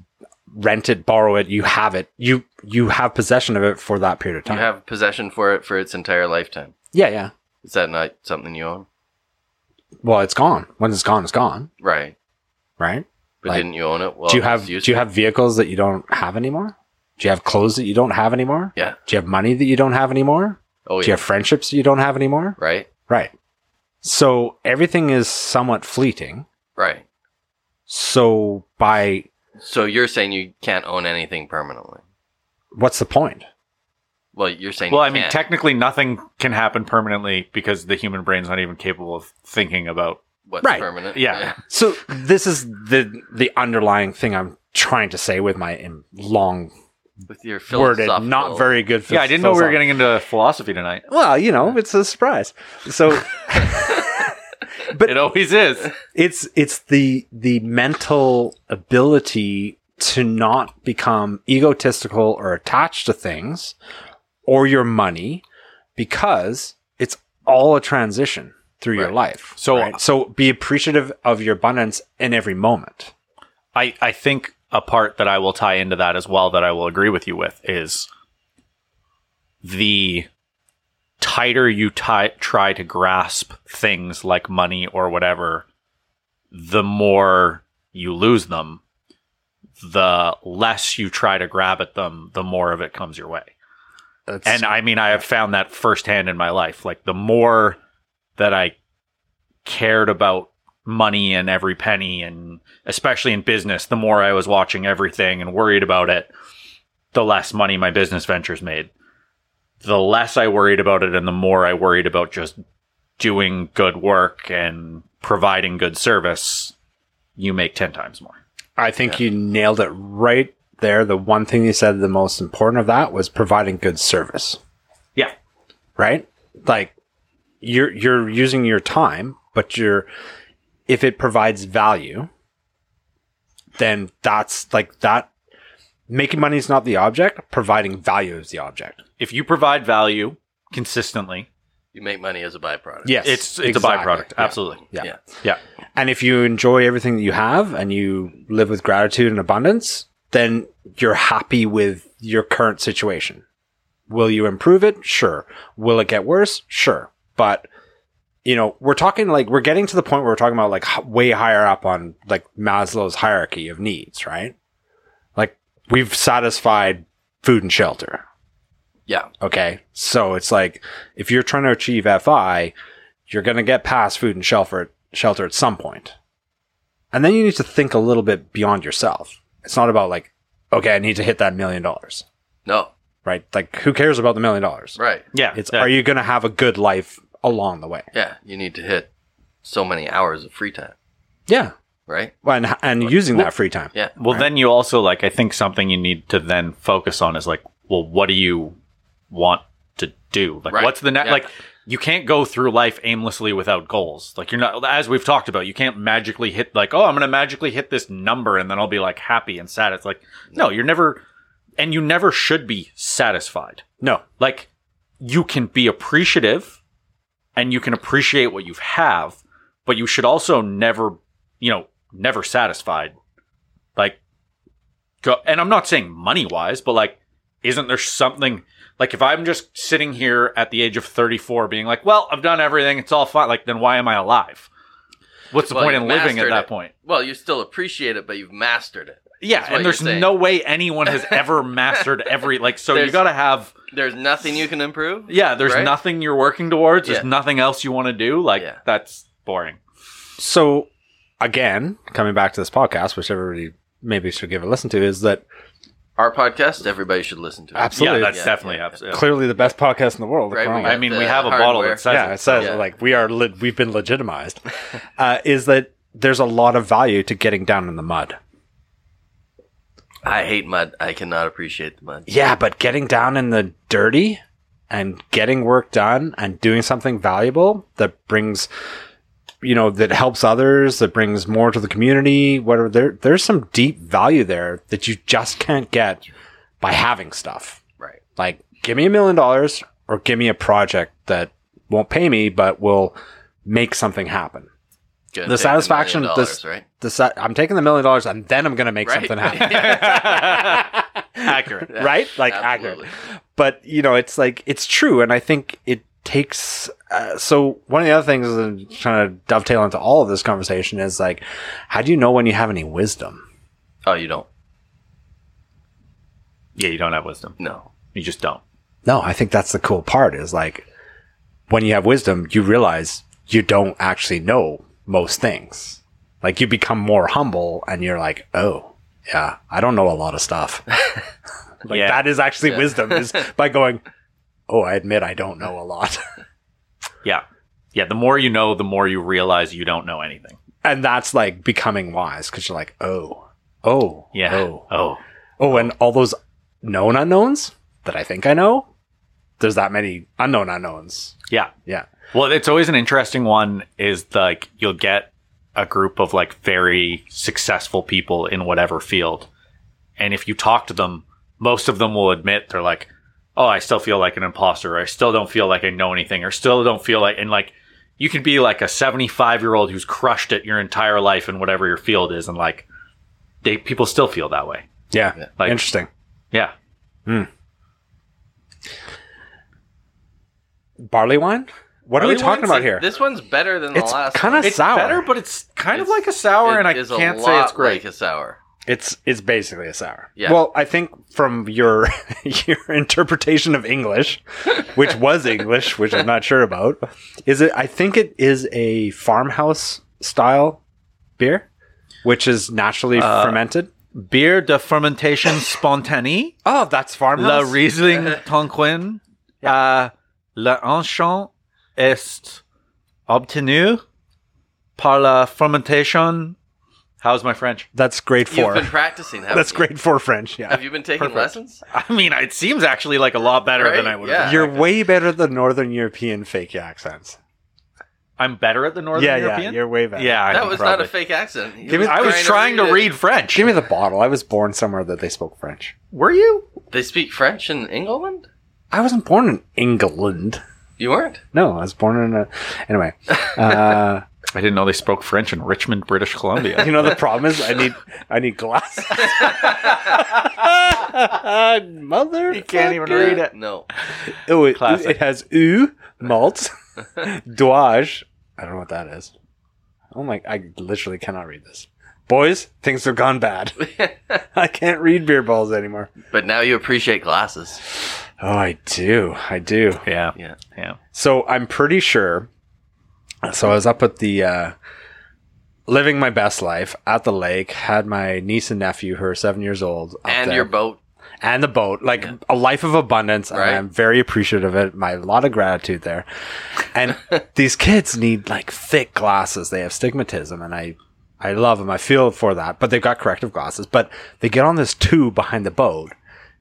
Speaker 1: rent it, borrow it, you have it, you you have possession of it for that period of time.
Speaker 2: You have possession for it for its entire lifetime.
Speaker 1: yeah, yeah.
Speaker 2: Is that not something you own?
Speaker 1: Well, it's gone. When it's gone, it's gone,
Speaker 2: Right.
Speaker 1: right?
Speaker 2: But
Speaker 1: Like,
Speaker 2: didn't you own it? Well,
Speaker 1: do you have do you have vehicles that you don't have anymore? Do you have clothes that you don't have anymore?
Speaker 2: Yeah.
Speaker 1: Do you have money that you don't have anymore?
Speaker 2: Oh
Speaker 1: Do you
Speaker 2: yeah.
Speaker 1: have friendships that you don't have anymore?
Speaker 2: Right.
Speaker 1: Right. So everything is somewhat fleeting.
Speaker 2: Right.
Speaker 1: So by
Speaker 2: So you're saying you can't own anything permanently?
Speaker 1: what's the point?
Speaker 2: Well, you're saying.
Speaker 3: Well,
Speaker 2: you
Speaker 3: I mean,
Speaker 2: can't.
Speaker 3: technically, nothing can happen permanently because the human brain's not even capable of thinking about.
Speaker 2: what's
Speaker 1: right.
Speaker 2: permanent?
Speaker 3: Yeah.
Speaker 1: So this is the the underlying thing I'm trying to say with my in- long
Speaker 2: With your
Speaker 1: worded,
Speaker 2: philosophical.
Speaker 1: not very good.
Speaker 3: yeah, I didn't know we were
Speaker 1: philosoph-
Speaker 3: getting into philosophy tonight.
Speaker 1: Well, you know, it's a surprise. So
Speaker 3: It always is.
Speaker 1: it's it's the the mental ability to not become egotistical or attached to things or your money because it's all a transition through your
Speaker 2: Right.
Speaker 1: life.
Speaker 3: So-
Speaker 1: right? so be appreciative of your abundance in every moment.
Speaker 3: I, I think a part that I will tie into that as well that I will agree with you with is the tighter you ti- try to grasp things like money or whatever, the more you lose them. The less you try to grab at them, the more of it comes your way.
Speaker 1: That's
Speaker 3: And I mean, I have found that firsthand in my life. Like, the more that I cared about money and every penny, and especially in business, the more I was watching everything and worried about it, the less money my business ventures made. The less I worried about it, and the more I worried about just doing good work and providing good service, you make 10 times more.
Speaker 1: I think you nailed it right there. The one thing you said the most important of that was providing good service.
Speaker 3: Yeah.
Speaker 1: Right? Like you're you're using your time, but you're if it provides value, then that's like that making money is not the object, providing value is the object.
Speaker 3: If you provide value consistently,
Speaker 2: You make money as a byproduct.
Speaker 1: Yes.
Speaker 3: it's, it's a
Speaker 1: exactly.
Speaker 3: byproduct.
Speaker 1: Yeah.
Speaker 3: Absolutely.
Speaker 1: Yeah.
Speaker 2: Yeah.
Speaker 3: Yeah.
Speaker 1: And if you enjoy everything that you have and you live with gratitude and abundance, then you're happy with your current situation. Will you improve it? Sure. Will it get worse? Sure. But you know, we're talking like we're getting to the point where we're talking about like h- way higher up on like Maslow's hierarchy of needs, right? Like we've satisfied food and shelter.
Speaker 2: Yeah.
Speaker 1: Okay. So it's like if you're trying to achieve FI, you're going to get past food and shelter, shelter at some point. And then you need to think a little bit beyond yourself. It's not about like, okay, I need to hit that million dollars,
Speaker 2: No.
Speaker 1: right? Like, who cares about the million dollars?
Speaker 2: Right.
Speaker 3: Yeah.
Speaker 1: It's
Speaker 3: that-
Speaker 1: are you going to have a good life along the way?
Speaker 2: Yeah. You need to hit so many hours of free time.
Speaker 1: Yeah.
Speaker 2: Right.
Speaker 1: And, and using that free time.
Speaker 2: Yeah.
Speaker 3: Well, then you also like I think something you need to then focus on is like, well, what do you want to do? Like,
Speaker 2: Right.
Speaker 3: what's the net?
Speaker 2: Yeah.
Speaker 3: Like, you can't go through life aimlessly without goals. Like, you're not as we've talked about. You can't magically hit like, oh, I'm gonna magically hit this number and then I'll be like happy and sad. It's like, no, you're never, and you never should be satisfied.
Speaker 1: No.
Speaker 3: Like, you can be appreciative and you can appreciate what you have, but you should also never, you know, never satisfied. Like, go, and I'm not saying money wise, but like, isn't there something like if I'm just sitting here at the age of 34 being like, well, I've done everything, it's all fine, like, then why am I alive? What's the
Speaker 2: Well,
Speaker 3: point
Speaker 2: you've
Speaker 3: in living at
Speaker 2: mastered
Speaker 3: that
Speaker 2: it.
Speaker 3: point?
Speaker 2: Well, you still appreciate it, but you've mastered it.
Speaker 3: Yeah,
Speaker 2: That's what
Speaker 3: and there's
Speaker 2: you're saying.
Speaker 3: no way anyone has ever mastered every like so you
Speaker 2: There's-
Speaker 3: got to have
Speaker 2: There's nothing you can improve.
Speaker 3: Yeah, there's
Speaker 2: Right?
Speaker 3: nothing you're working towards. There's
Speaker 2: Yeah.
Speaker 3: nothing else you want to do. Like
Speaker 2: Yeah.
Speaker 3: that's boring.
Speaker 1: So, again, coming back to this podcast, which everybody maybe should give a listen to, is that
Speaker 2: Our podcast, everybody should listen to. it.
Speaker 1: Absolutely.
Speaker 3: Yeah, that's
Speaker 2: Yeah,
Speaker 3: definitely
Speaker 2: yeah,
Speaker 3: absolutely.
Speaker 1: clearly the best podcast in the world.
Speaker 2: Right, we
Speaker 1: Corona.
Speaker 2: got
Speaker 3: I mean, we
Speaker 2: The
Speaker 3: have a bottle
Speaker 2: hardware.
Speaker 3: that says
Speaker 1: yeah,
Speaker 3: it.
Speaker 1: it says
Speaker 2: Yeah.
Speaker 1: like we are lit we've been legitimized. uh, is that there's a lot of value to getting down in the mud.
Speaker 2: I hate mud. I cannot appreciate the mud.
Speaker 1: Yeah, but getting down in the dirty and getting work done and doing something valuable that brings you know that helps others that brings more to the community whatever there there's some deep value there that you just can't get by having stuff
Speaker 2: Right.
Speaker 1: like give me a million dollars or give me a project that won't pay me but will make something happen
Speaker 2: Gonna
Speaker 1: The
Speaker 2: take
Speaker 1: satisfaction
Speaker 2: million
Speaker 1: of this-
Speaker 2: dollars, right?
Speaker 1: the sa- I'm taking the million dollars and then I'm going to make
Speaker 2: Right.
Speaker 1: something happen.
Speaker 3: Accurate.
Speaker 2: Yeah,
Speaker 1: right? Like
Speaker 2: absolutely.
Speaker 1: accurate. But you know, it's like it's true, and I think it takes. Uh, so one of the other things that trying to dovetail into all of this conversation is like, how do you know when you have any wisdom?
Speaker 2: Oh, you don't.
Speaker 3: Yeah, you don't have wisdom.
Speaker 2: No.
Speaker 3: You just don't.
Speaker 1: No, I think that's the cool part is like when you have wisdom, you realize you don't actually know most things. Like you become more humble, and you're like, oh. Yeah, I don't know a lot of stuff. Like
Speaker 3: yeah.
Speaker 1: that is actually
Speaker 2: Yeah.
Speaker 1: wisdom is by going, oh, I admit I don't know a lot,
Speaker 3: yeah. Yeah. The more you know, the more you realize you don't know anything.
Speaker 1: and that's like becoming wise because you're like, oh, oh,
Speaker 3: Yeah.
Speaker 1: oh,
Speaker 3: Oh.
Speaker 1: oh, and all those known unknowns that I think I know. There's that many unknown unknowns.
Speaker 3: Yeah.
Speaker 1: Yeah,
Speaker 3: Well, it's always an interesting one is like you'll get a group of like very successful people in whatever field. And if you talk to them, most of them will admit they're like, oh, I still feel like an imposter. Or I still don't feel like I know anything or still don't feel like, and like you could be like a 75 year old who's crushed it your entire life in whatever your field is, and like they people still feel that way.
Speaker 1: Yeah.
Speaker 2: Yeah.
Speaker 3: Like-
Speaker 1: Interesting.
Speaker 3: Yeah,
Speaker 1: Barley wine? What are we
Speaker 2: Barley
Speaker 1: talking
Speaker 2: wine's
Speaker 1: about
Speaker 2: like-
Speaker 1: here?
Speaker 2: This one's better than
Speaker 1: It's
Speaker 2: the last.
Speaker 1: kinda
Speaker 2: one.
Speaker 1: It's sour.
Speaker 3: better, but it's kind of
Speaker 2: It's-
Speaker 3: like a sour, and I
Speaker 2: It is a
Speaker 3: can't say it's
Speaker 2: lot
Speaker 3: great.
Speaker 2: Like a sour.
Speaker 1: It's it's basically a sour.
Speaker 2: Yeah.
Speaker 1: Well, I think from your your interpretation of English, which was English, which I'm not sure about, is it I think it is a farmhouse style beer, which is naturally
Speaker 3: Uh,
Speaker 1: fermented.
Speaker 3: Beer de fermentation spontanée,
Speaker 1: Oh, that's
Speaker 3: la
Speaker 1: farmhouse.
Speaker 3: Riesling Tonquin, uh, le enchant est obtenu par la fermentation. How's my French?
Speaker 1: that's grade
Speaker 2: You've
Speaker 1: four.
Speaker 2: been practicing. haven't
Speaker 1: That's
Speaker 2: you?
Speaker 1: grade four French. Yeah.
Speaker 2: Have you been taking
Speaker 3: Perfect.
Speaker 2: lessons?
Speaker 3: I mean, it seems actually like a lot better than
Speaker 2: Right?
Speaker 3: I would
Speaker 2: Yeah.
Speaker 3: have.
Speaker 1: You're way better than Northern European fake accents.
Speaker 3: I'm better at the Northern
Speaker 1: yeah, yeah,
Speaker 3: European.
Speaker 1: you're way better.
Speaker 3: yeah, I
Speaker 2: that
Speaker 3: think
Speaker 2: was not
Speaker 3: probably.
Speaker 2: a fake accent. He
Speaker 1: Give me-
Speaker 3: I was trying to read French.
Speaker 1: Give me the bottle. I was born somewhere that they spoke French.
Speaker 3: Were you?
Speaker 2: it. They speak French in England.
Speaker 1: I wasn't born in England.
Speaker 2: You weren't.
Speaker 1: No, I was born in a. Anyway, uh,
Speaker 3: I didn't know they spoke French in Richmond, British Columbia.
Speaker 1: you know the problem is I need I need glasses. Mother,
Speaker 3: You can't even
Speaker 2: Yeah,
Speaker 3: read it.
Speaker 2: Uh, No.
Speaker 1: Oh, it,
Speaker 3: Classic.
Speaker 1: it has ooh malt, douage. I don't know what that is. Oh my! I literally cannot read this. Boys, things have gone bad. I can't read beer balls anymore.
Speaker 2: But now you appreciate glasses.
Speaker 1: Oh, I do. I do.
Speaker 3: yeah,
Speaker 2: Yeah.
Speaker 3: yeah.
Speaker 1: So I'm pretty sure. So I was up at the uh, living my best life at the lake. Had my niece and nephew, who are seven years old, up
Speaker 2: and
Speaker 1: there.
Speaker 2: your boat.
Speaker 1: and the boat, like a life of abundance.
Speaker 2: Right.
Speaker 1: And I'm very appreciative of it. My lot of gratitude there. And these kids need like thick glasses. They have stigmatism, and I. I love them. I feel for that, but they've got corrective glasses. But they get on this tube behind the boat,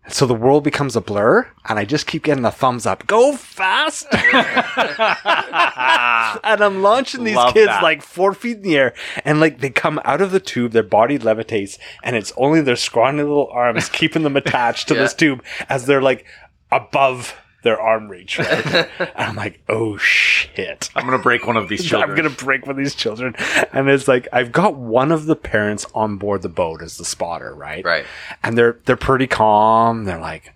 Speaker 1: so the world becomes a blur. And I just keep getting the thumbs up. Go fast!
Speaker 3: Ah.
Speaker 1: and I'm launching these
Speaker 3: Love
Speaker 1: kids
Speaker 3: that.
Speaker 1: like four feet in the air, and like they come out of the tube, their body levitates, and it's only their scrawny little arms keeping them attached to
Speaker 2: Yeah.
Speaker 1: this tube as they're like above their arm reach. Right? and I'm like, oh shit.
Speaker 3: I'm gonna break one of these children.
Speaker 1: I'm gonna break with these children, and it's like I've got one of the parents on board the boat as the spotter, right?
Speaker 2: Right.
Speaker 1: and they're they're pretty calm. They're like,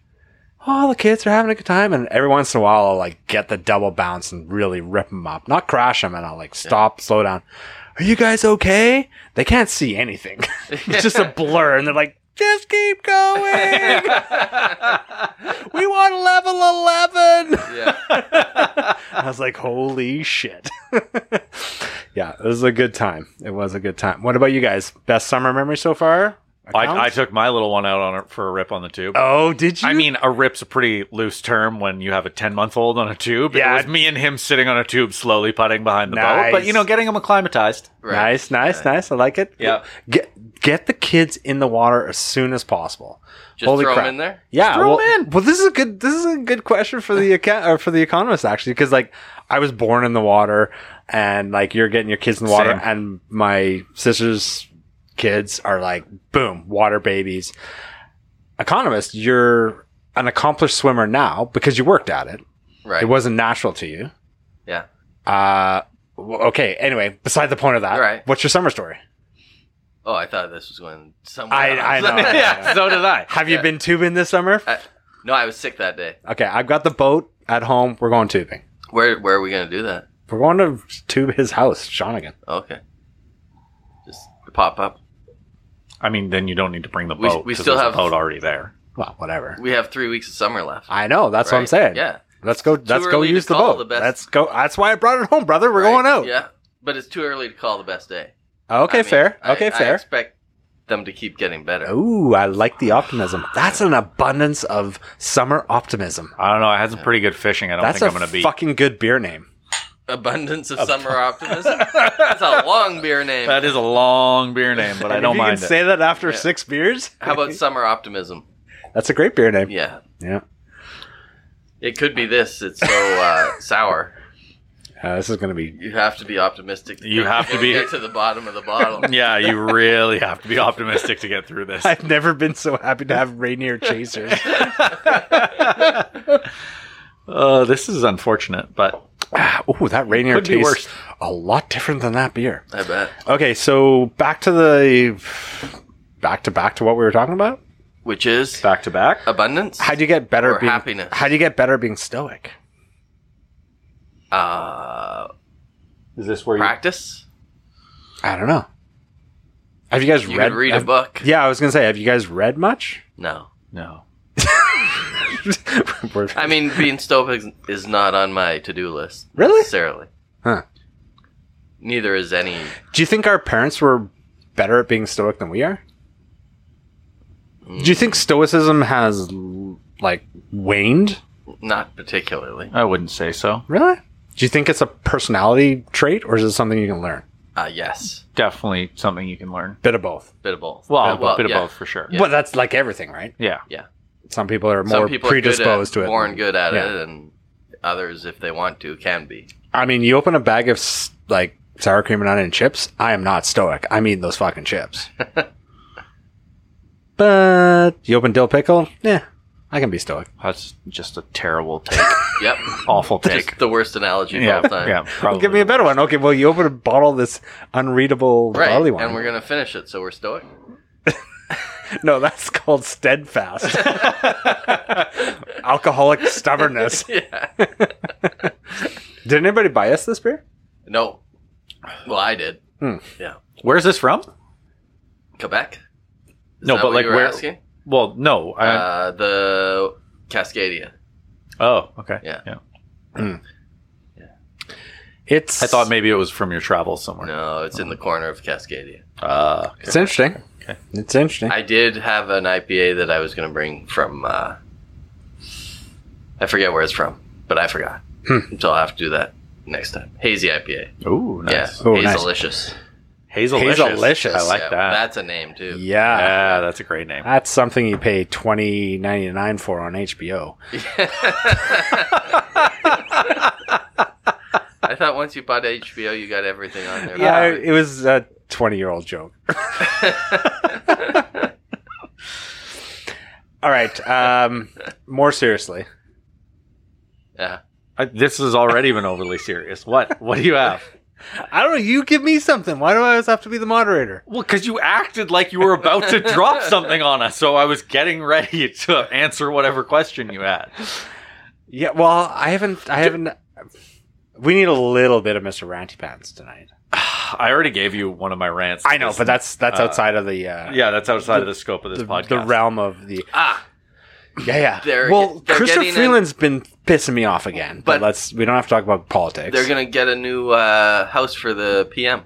Speaker 1: oh, the kids are having a good time. And every once in a while, I'll like get the double bounce and really rip them up, not crash them, and I'll like stop, slow down. Are you guys okay? They can't see anything. it's just a blur, and they're like, just keep going. we want level eleven.
Speaker 2: Yeah.
Speaker 1: I was like, holy shit. yeah, it was a good time. It was a good time. What about you guys? Best summer memory so far?
Speaker 3: I, I
Speaker 1: Accounts?
Speaker 3: took my little one out on a, for a rip on the tube.
Speaker 1: oh, did you?
Speaker 3: I mean, a rip's a pretty loose term when you have a 10 month old on a tube.
Speaker 1: Yeah.
Speaker 3: It was me and him sitting on a tube, slowly putting behind the boat.
Speaker 1: Nice.
Speaker 3: But, you know, getting him acclimatized.
Speaker 2: Right.
Speaker 1: Nice, nice, nice. I like it.
Speaker 3: Yeah.
Speaker 1: Get get the kids in the water as soon as possible.
Speaker 2: Just
Speaker 1: Holy
Speaker 2: throw
Speaker 1: crap.
Speaker 2: them in there.
Speaker 1: Yeah.
Speaker 3: throw
Speaker 1: well,
Speaker 3: 'em in.
Speaker 1: well, this is a good this is a good question for the account or for the economist actually because like I was born in the water and like you're getting your kids in the water
Speaker 3: Same.
Speaker 1: and my sister's kids are like boom water babies. Economist, you're an accomplished swimmer now because you worked at it.
Speaker 2: Right.
Speaker 1: It wasn't natural to you.
Speaker 2: Yeah.
Speaker 1: Uh, w- okay. Anyway, beside the point of that,
Speaker 2: Right.
Speaker 1: what's your summer story?
Speaker 2: Oh, I thought this was going somewhere.
Speaker 1: I- I
Speaker 2: else.
Speaker 1: know.
Speaker 3: yeah, so did I.
Speaker 1: Have you
Speaker 2: Yeah.
Speaker 1: been tubing this summer?
Speaker 2: I- no, I was sick that day.
Speaker 1: okay, I've got the boat at home. We're going tubing.
Speaker 2: Where Where are we gonna do that? Oh,
Speaker 1: We're going to tube his house, Shonigan.
Speaker 2: Okay. Just pop up.
Speaker 3: I mean, then you don't need to bring the
Speaker 2: We-
Speaker 3: boat.
Speaker 2: we
Speaker 3: 'cause
Speaker 2: still
Speaker 3: there's a
Speaker 2: have-
Speaker 3: boat already there.
Speaker 1: Well, whatever.
Speaker 2: We have three weeks of summer left.
Speaker 1: I know. That's what I'm
Speaker 2: right?
Speaker 1: saying.
Speaker 2: Yeah.
Speaker 1: Let's go. let's go
Speaker 2: early to
Speaker 1: use the
Speaker 2: call
Speaker 1: boat.
Speaker 2: the best-
Speaker 1: Let's go. That's why I brought it home, brother. We're
Speaker 2: Right?
Speaker 1: going out.
Speaker 2: Yeah. But it's too early to call the best day.
Speaker 1: Okay,
Speaker 2: I mean,
Speaker 1: fair.
Speaker 2: I-
Speaker 1: okay,
Speaker 2: I
Speaker 1: fair.
Speaker 2: expect them to keep getting better.
Speaker 1: Ooh, I like the optimism. That's an abundance of summer optimism.
Speaker 3: I don't know. I had some pretty good fishing. I don't
Speaker 1: That's
Speaker 3: think
Speaker 1: a
Speaker 3: I'm going to be.
Speaker 1: fucking good beer name.
Speaker 2: Abundance of summer optimism. That's a long beer name.
Speaker 3: that is a long beer name, but I
Speaker 1: And
Speaker 3: don't
Speaker 1: if you
Speaker 3: mind
Speaker 1: can
Speaker 3: it.
Speaker 1: say that after
Speaker 2: Yeah.
Speaker 1: six beers.
Speaker 2: How about summer optimism?
Speaker 1: That's a great beer name.
Speaker 2: Yeah.
Speaker 1: yeah.
Speaker 2: It could be this. It's so uh, sour.
Speaker 1: Uh, this is going to be
Speaker 2: You have to be optimistic. to
Speaker 3: You have to be-
Speaker 2: get to the bottom of the bottle.
Speaker 3: yeah, you really have to be optimistic to get through this.
Speaker 1: I've never been so happy to have Rainier Chasers.
Speaker 3: Uh, this is unfortunate, but
Speaker 1: Ah, ooh, that Rainier
Speaker 3: Could be
Speaker 1: tastes
Speaker 3: worse.
Speaker 1: a lot different than that beer.
Speaker 2: I bet.
Speaker 1: Okay, so back to the back to back to what we were talking about.
Speaker 2: Which is
Speaker 3: Back to back.
Speaker 2: Uh, abundance.
Speaker 1: How do you get better
Speaker 2: Or
Speaker 1: being
Speaker 2: happiness.
Speaker 1: How do you get better being stoic?
Speaker 2: uh,
Speaker 3: Is this where you?
Speaker 2: practice.
Speaker 1: I don't know. Have you guys
Speaker 2: You
Speaker 1: read?
Speaker 2: could read
Speaker 1: have-
Speaker 2: a book.
Speaker 1: Yeah, I was gonna say, have you guys read much?
Speaker 2: No,
Speaker 3: No.
Speaker 1: We're-
Speaker 2: I mean being stoic is not on my to-do list
Speaker 1: really?
Speaker 2: necessarily.
Speaker 1: Huh.
Speaker 2: Neither is any.
Speaker 1: Do you think our parents were better at being stoic than we are? Do you think stoicism has l- like waned?
Speaker 2: Not particularly.
Speaker 3: I wouldn't say so.
Speaker 1: Really? Do you think it's a personality trait or is it something you can learn?
Speaker 2: Uh, yes,
Speaker 3: Definitely something you can learn.
Speaker 1: Bit of both.
Speaker 2: bit of both.
Speaker 3: Well,
Speaker 2: Uh,
Speaker 3: a bit
Speaker 2: yeah.
Speaker 3: of both for sure.
Speaker 2: Yeah.
Speaker 1: But that's like everything, right?
Speaker 3: Yeah.
Speaker 1: Some people are
Speaker 2: Some
Speaker 1: more
Speaker 2: people
Speaker 1: predisposed to
Speaker 2: are good
Speaker 1: it.
Speaker 2: at, born good at
Speaker 1: Yeah.
Speaker 2: it, and others, if they want to, can be.
Speaker 1: I mean, you open a bag of s- like sour cream and onion chips. I am not stoic. I'm eating those fucking chips. but you open dill pickle. Yeah, I can be stoic.
Speaker 3: That's just a terrible take.
Speaker 2: Yep,
Speaker 3: Awful take.
Speaker 2: just the worst analogy of
Speaker 3: yeah.
Speaker 2: all time.
Speaker 3: Yeah. Probably.
Speaker 1: Give me a better one. Okay, well, you open a bottle of this unreadable
Speaker 2: Right,
Speaker 1: barley wine.
Speaker 2: and we're gonna finish it, so we're stoic.
Speaker 1: no, that's called steadfast. Alcoholic stubbornness.
Speaker 2: yeah.
Speaker 1: Did anybody buy us this beer?
Speaker 2: No. Well, I did.
Speaker 1: Hmm.
Speaker 2: Yeah.
Speaker 3: Where's this from?
Speaker 2: Quebec. Is
Speaker 3: No,
Speaker 2: that
Speaker 3: but
Speaker 2: what
Speaker 3: like
Speaker 2: you were
Speaker 3: where?
Speaker 2: Asking?
Speaker 3: Well, no. I,
Speaker 2: Uh, the Cascadia.
Speaker 3: oh, okay.
Speaker 2: yeah.
Speaker 3: yeah.
Speaker 1: It's
Speaker 3: I thought maybe it was from your travels somewhere.
Speaker 2: No, it's in the corner of Cascadia.
Speaker 3: Uh,
Speaker 1: it's interesting. It's interesting.
Speaker 2: I did have an IPA that I was going to bring from. Uh, I forget where it's from, but I forgot.
Speaker 3: Hmm.
Speaker 2: So I'll have to do that next time. Hazy IPA.
Speaker 3: ooh, nice.
Speaker 2: Yeah.
Speaker 1: Oh, nice.
Speaker 2: Hazelicious.
Speaker 3: Hazelicious.
Speaker 1: Hazelicious.
Speaker 3: I like
Speaker 2: Yeah,
Speaker 3: that.
Speaker 2: That's a name, too.
Speaker 1: yeah.
Speaker 3: yeah, that's a great name.
Speaker 1: Uh, That's something you pay twenty ninety nine for on HBO.
Speaker 2: I thought once you bought HBO, you got everything on there.
Speaker 1: Yeah, it was a twenty year old joke. All right. Um, more seriously,
Speaker 2: Yeah.
Speaker 3: I, this is already even overly serious. What? What do you have?
Speaker 1: I don't know. You give me something. Why do I always have to be the moderator?
Speaker 3: Well, because you acted like you were about to drop something on us, so I was getting ready to answer whatever question you had.
Speaker 1: Yeah. Well, I haven't. I haven't. We need a little bit of Mister Ranty Pants tonight.
Speaker 3: I already gave you one of my rants.
Speaker 1: I know, but that's that's
Speaker 3: uh,
Speaker 1: outside of the uh,
Speaker 3: yeah, that's outside of the scope of this
Speaker 1: the,
Speaker 3: podcast.
Speaker 1: the realm of the
Speaker 2: Ah,
Speaker 1: yeah yeah.
Speaker 2: They're-
Speaker 1: well,
Speaker 2: they're
Speaker 1: Christopher
Speaker 2: getting a-
Speaker 1: Freeland's been pissing me off again, but,
Speaker 2: But-
Speaker 1: let's we don't have to talk about politics.
Speaker 2: they're going to get a new uh, house for the PM.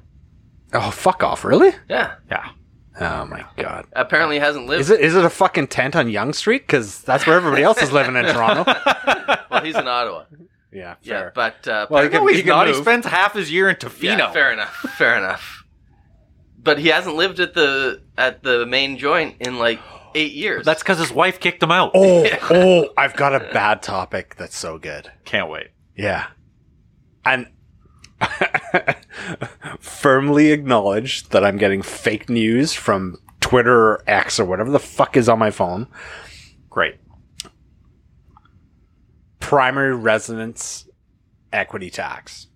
Speaker 1: oh fuck off! Really?
Speaker 2: Yeah.
Speaker 3: yeah,
Speaker 1: Oh my god.
Speaker 2: Apparently hasn't lived.
Speaker 1: Is it is it a fucking tent on Young Street? Because that's where everybody else is living in Toronto.
Speaker 2: Well, he's in Ottawa.
Speaker 1: Yeah,
Speaker 2: Yeah,
Speaker 1: fair.
Speaker 2: but uh,
Speaker 1: Well, he
Speaker 2: apparently-
Speaker 1: can-
Speaker 3: no, he's
Speaker 1: can
Speaker 3: not. He
Speaker 1: move.
Speaker 3: spends half his year in
Speaker 2: yeah,
Speaker 3: Tofino.
Speaker 2: fair enough. Fair enough. But he hasn't lived at the at the main joint in like eight years.
Speaker 3: That's because his wife kicked him out.
Speaker 1: Oh, oh, I've got a bad topic that's so good.
Speaker 3: Can't wait.
Speaker 1: Yeah, and firmly acknowledge that I'm getting fake news from Twitter or X or whatever the fuck is on my phone.
Speaker 3: Great.
Speaker 1: Primary residence equity tax.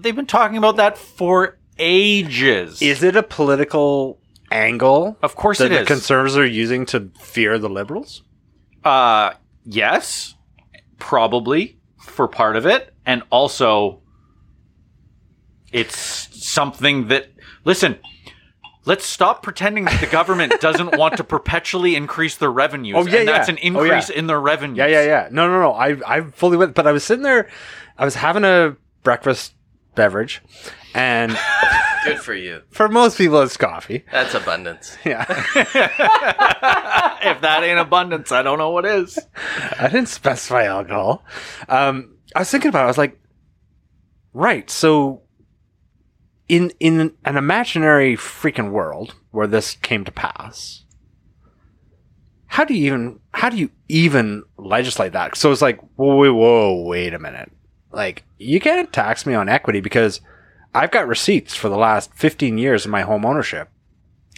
Speaker 3: They've been talking about that for ages.
Speaker 1: Is it a political angle
Speaker 3: Of course
Speaker 1: that
Speaker 3: it
Speaker 1: the
Speaker 3: is.
Speaker 1: conservatives are using to fear the liberals?
Speaker 3: Uh, yes, probably for part of it, and also it's something that listen. Let's stop pretending that the government doesn't want to perpetually increase their revenues.
Speaker 1: Oh, yeah,
Speaker 3: and that's
Speaker 1: yeah.
Speaker 3: an
Speaker 1: Oh, yeah.
Speaker 3: increase in their revenues.
Speaker 1: Yeah, yeah, yeah. No, no, no. I I fully went, but I was sitting there, I was having a breakfast beverage, and
Speaker 2: good for you.
Speaker 1: for most people, it's coffee.
Speaker 2: That's abundance.
Speaker 1: Yeah,
Speaker 3: if that ain't abundance, I don't know what is.
Speaker 1: I didn't specify alcohol. Um, I was thinking about. it. I was like, right. So, in in an imaginary freaking world where this came to pass, how do you even how do you even legislate that? So it's like, whoa, whoa, whoa wait a minute. Like, you can't tax me on equity because I've got receipts for the last 15 years of my home ownership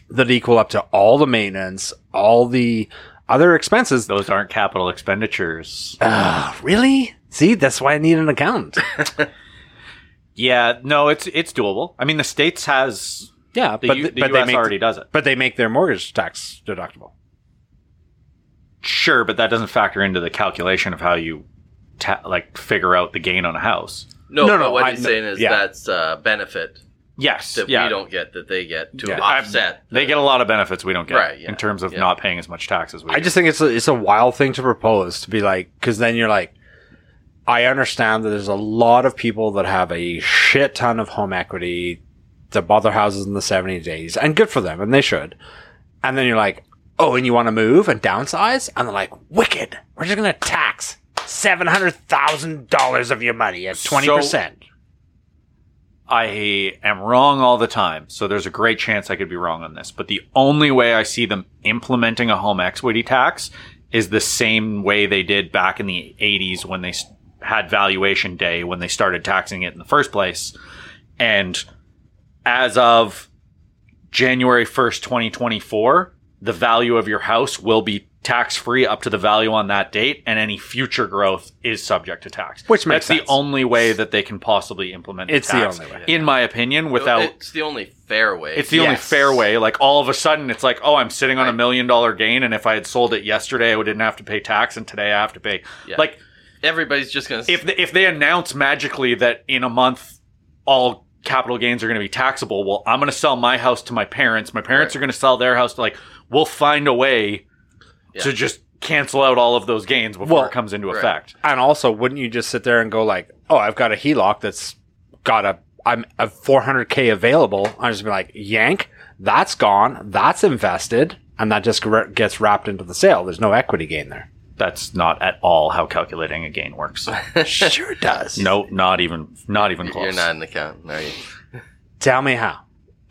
Speaker 1: that equal up to all the maintenance, all the other expenses
Speaker 3: Those aren't capital expenditures.
Speaker 1: uh, really? See, that's why I need an accountant.
Speaker 3: Yeah, no, it's it's doable. I mean, the states has
Speaker 1: Yeah,
Speaker 3: the,
Speaker 1: but
Speaker 3: U-
Speaker 1: th-
Speaker 3: the
Speaker 1: but
Speaker 3: U.S.
Speaker 1: they make
Speaker 3: already does it.
Speaker 1: but they make their mortgage tax deductible.
Speaker 3: Sure, but that doesn't factor into the calculation of how you ta- like figure out the gain on a house.
Speaker 2: No,
Speaker 1: No,
Speaker 2: no,
Speaker 1: no,
Speaker 2: What
Speaker 1: I-
Speaker 2: he's saying is
Speaker 1: yeah.
Speaker 2: that's uh, benefit
Speaker 3: Yes,
Speaker 2: that
Speaker 3: yeah,
Speaker 2: we don't get that they get to
Speaker 1: Yeah.
Speaker 2: offset.
Speaker 3: They get a lot of benefits we don't get
Speaker 2: Right, yeah,
Speaker 3: in terms of
Speaker 2: yeah.
Speaker 3: not paying as much tax as we.
Speaker 1: I
Speaker 3: do.
Speaker 1: just think it's a, it's a wild thing to propose to be like because then you're like, I understand that there's a lot of people that have a shit ton of home equity that bought their houses in the 70s, 80s, and good for them, and they should. And then you're like, oh, and you want to move and downsize, and they're like, wicked. We're just gonna tax seven hundred thousand dollars of your money at twenty percent.
Speaker 3: I am wrong all the time, so there's a great chance I could be wrong on this. But the only way I see them implementing a home equity tax is the same way they did back in the 80s when they s- had valuation day, when they started taxing it in the first place. And as of January 1st, 2024, the value of your house will be tax free up to the value on that date, and any future growth is subject to tax.
Speaker 1: Which makes
Speaker 3: That's
Speaker 1: sense.
Speaker 3: the only way that they can possibly implement
Speaker 1: It's the
Speaker 3: tax,
Speaker 1: only way.
Speaker 3: in my opinion, without.
Speaker 2: It's the only fair way.
Speaker 3: it's the only
Speaker 1: Yes.
Speaker 3: fair way. Like all of a sudden, it's like, oh, I'm sitting on a
Speaker 2: Right.
Speaker 3: million dollar gain, and if I had sold it yesterday, I didn't have to pay tax, and today I have to pay.
Speaker 2: Yeah.
Speaker 3: Like
Speaker 2: everybody's just gonna.
Speaker 3: if they, if they announce magically that in a month all capital gains are going to be taxable, well, I'm going to sell my house to my parents. My parents
Speaker 2: Right.
Speaker 3: are going to sell their house. Like we'll find a way
Speaker 2: Yeah.
Speaker 3: to just cancel out all of those gains before
Speaker 1: Well,
Speaker 3: it comes into
Speaker 2: right.
Speaker 3: effect.
Speaker 1: And also, wouldn't you just sit there and go like, "Oh, I've got a HELOC that's got a I'm a 400k available." I just be like, "Yank, that's gone. That's invested." And that just gr- gets wrapped into the sale. There's no equity gain there.
Speaker 3: That's not at all how calculating a gain works.
Speaker 1: sure does.
Speaker 3: no, not even not even close.
Speaker 2: you're not an accountant, are you?
Speaker 1: Tell me how.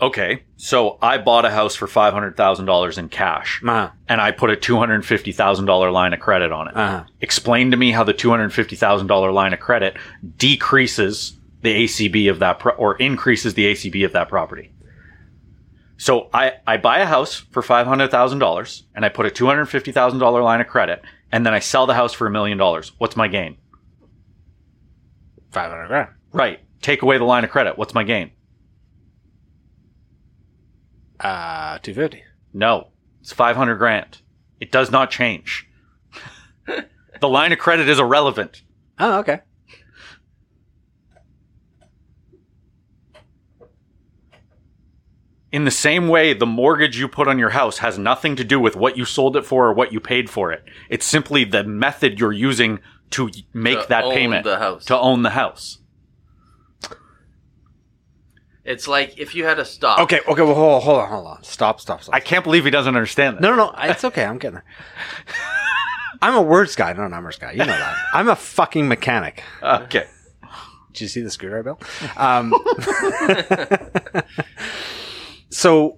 Speaker 3: Okay, so I bought a house for five hundred thousand dollars in cash,
Speaker 1: Uh-huh.
Speaker 3: and I put a two hundred fifty thousand dollar line of credit on it.
Speaker 1: Uh-huh.
Speaker 3: Explain to me how the two hundred fifty thousand dollar line of credit decreases the ACB of that pro- or increases the ACB of that property. So I I buy a house for five hundred thousand dollars, and I put a two hundred fifty thousand dollar line of credit, and then I sell the house for a million dollars. What's my gain?
Speaker 1: 500 grand.
Speaker 3: Right. Take away the line of credit. What's my gain?
Speaker 1: Uh, 250.
Speaker 3: No, it's 500 grand. It does not change. the line of credit is irrelevant.
Speaker 1: Oh, okay.
Speaker 3: In the same way, the mortgage you put on your house has nothing to do with what you sold it for or what you paid for it. It's simply the method you're using to y- make
Speaker 2: To
Speaker 3: that
Speaker 2: own
Speaker 3: payment
Speaker 2: the house.
Speaker 3: to own the house.
Speaker 2: It's like if you had a stock.
Speaker 1: Okay, okay, well, hold on, hold on, hold on. Stop, stop, stop.
Speaker 3: I can't believe he doesn't understand that.
Speaker 1: No, no, no. I- It's okay. I'm getting there. I'm a words guy, not a numbers guy. You know that. I'm a fucking mechanic.
Speaker 3: Okay.
Speaker 1: Did you see the screwdriver, Bill? Um, so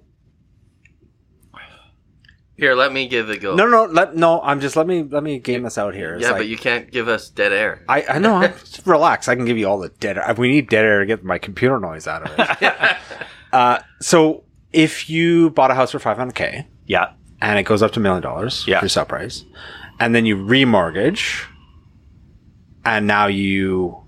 Speaker 2: Here, let me give it a go.
Speaker 1: no, no, let no. I'm just let me let me game this out here. It's
Speaker 2: yeah,
Speaker 1: like-
Speaker 2: but you can't give us dead air.
Speaker 1: I, I know. I'm, just relax. I can give you all the dead air. We need dead air to get my computer noise out of it. uh, so if you bought a house for 500k
Speaker 3: Yeah.
Speaker 1: and it goes up to a million dollars
Speaker 3: Yeah.
Speaker 1: for sale price, and then you remortgage, and now you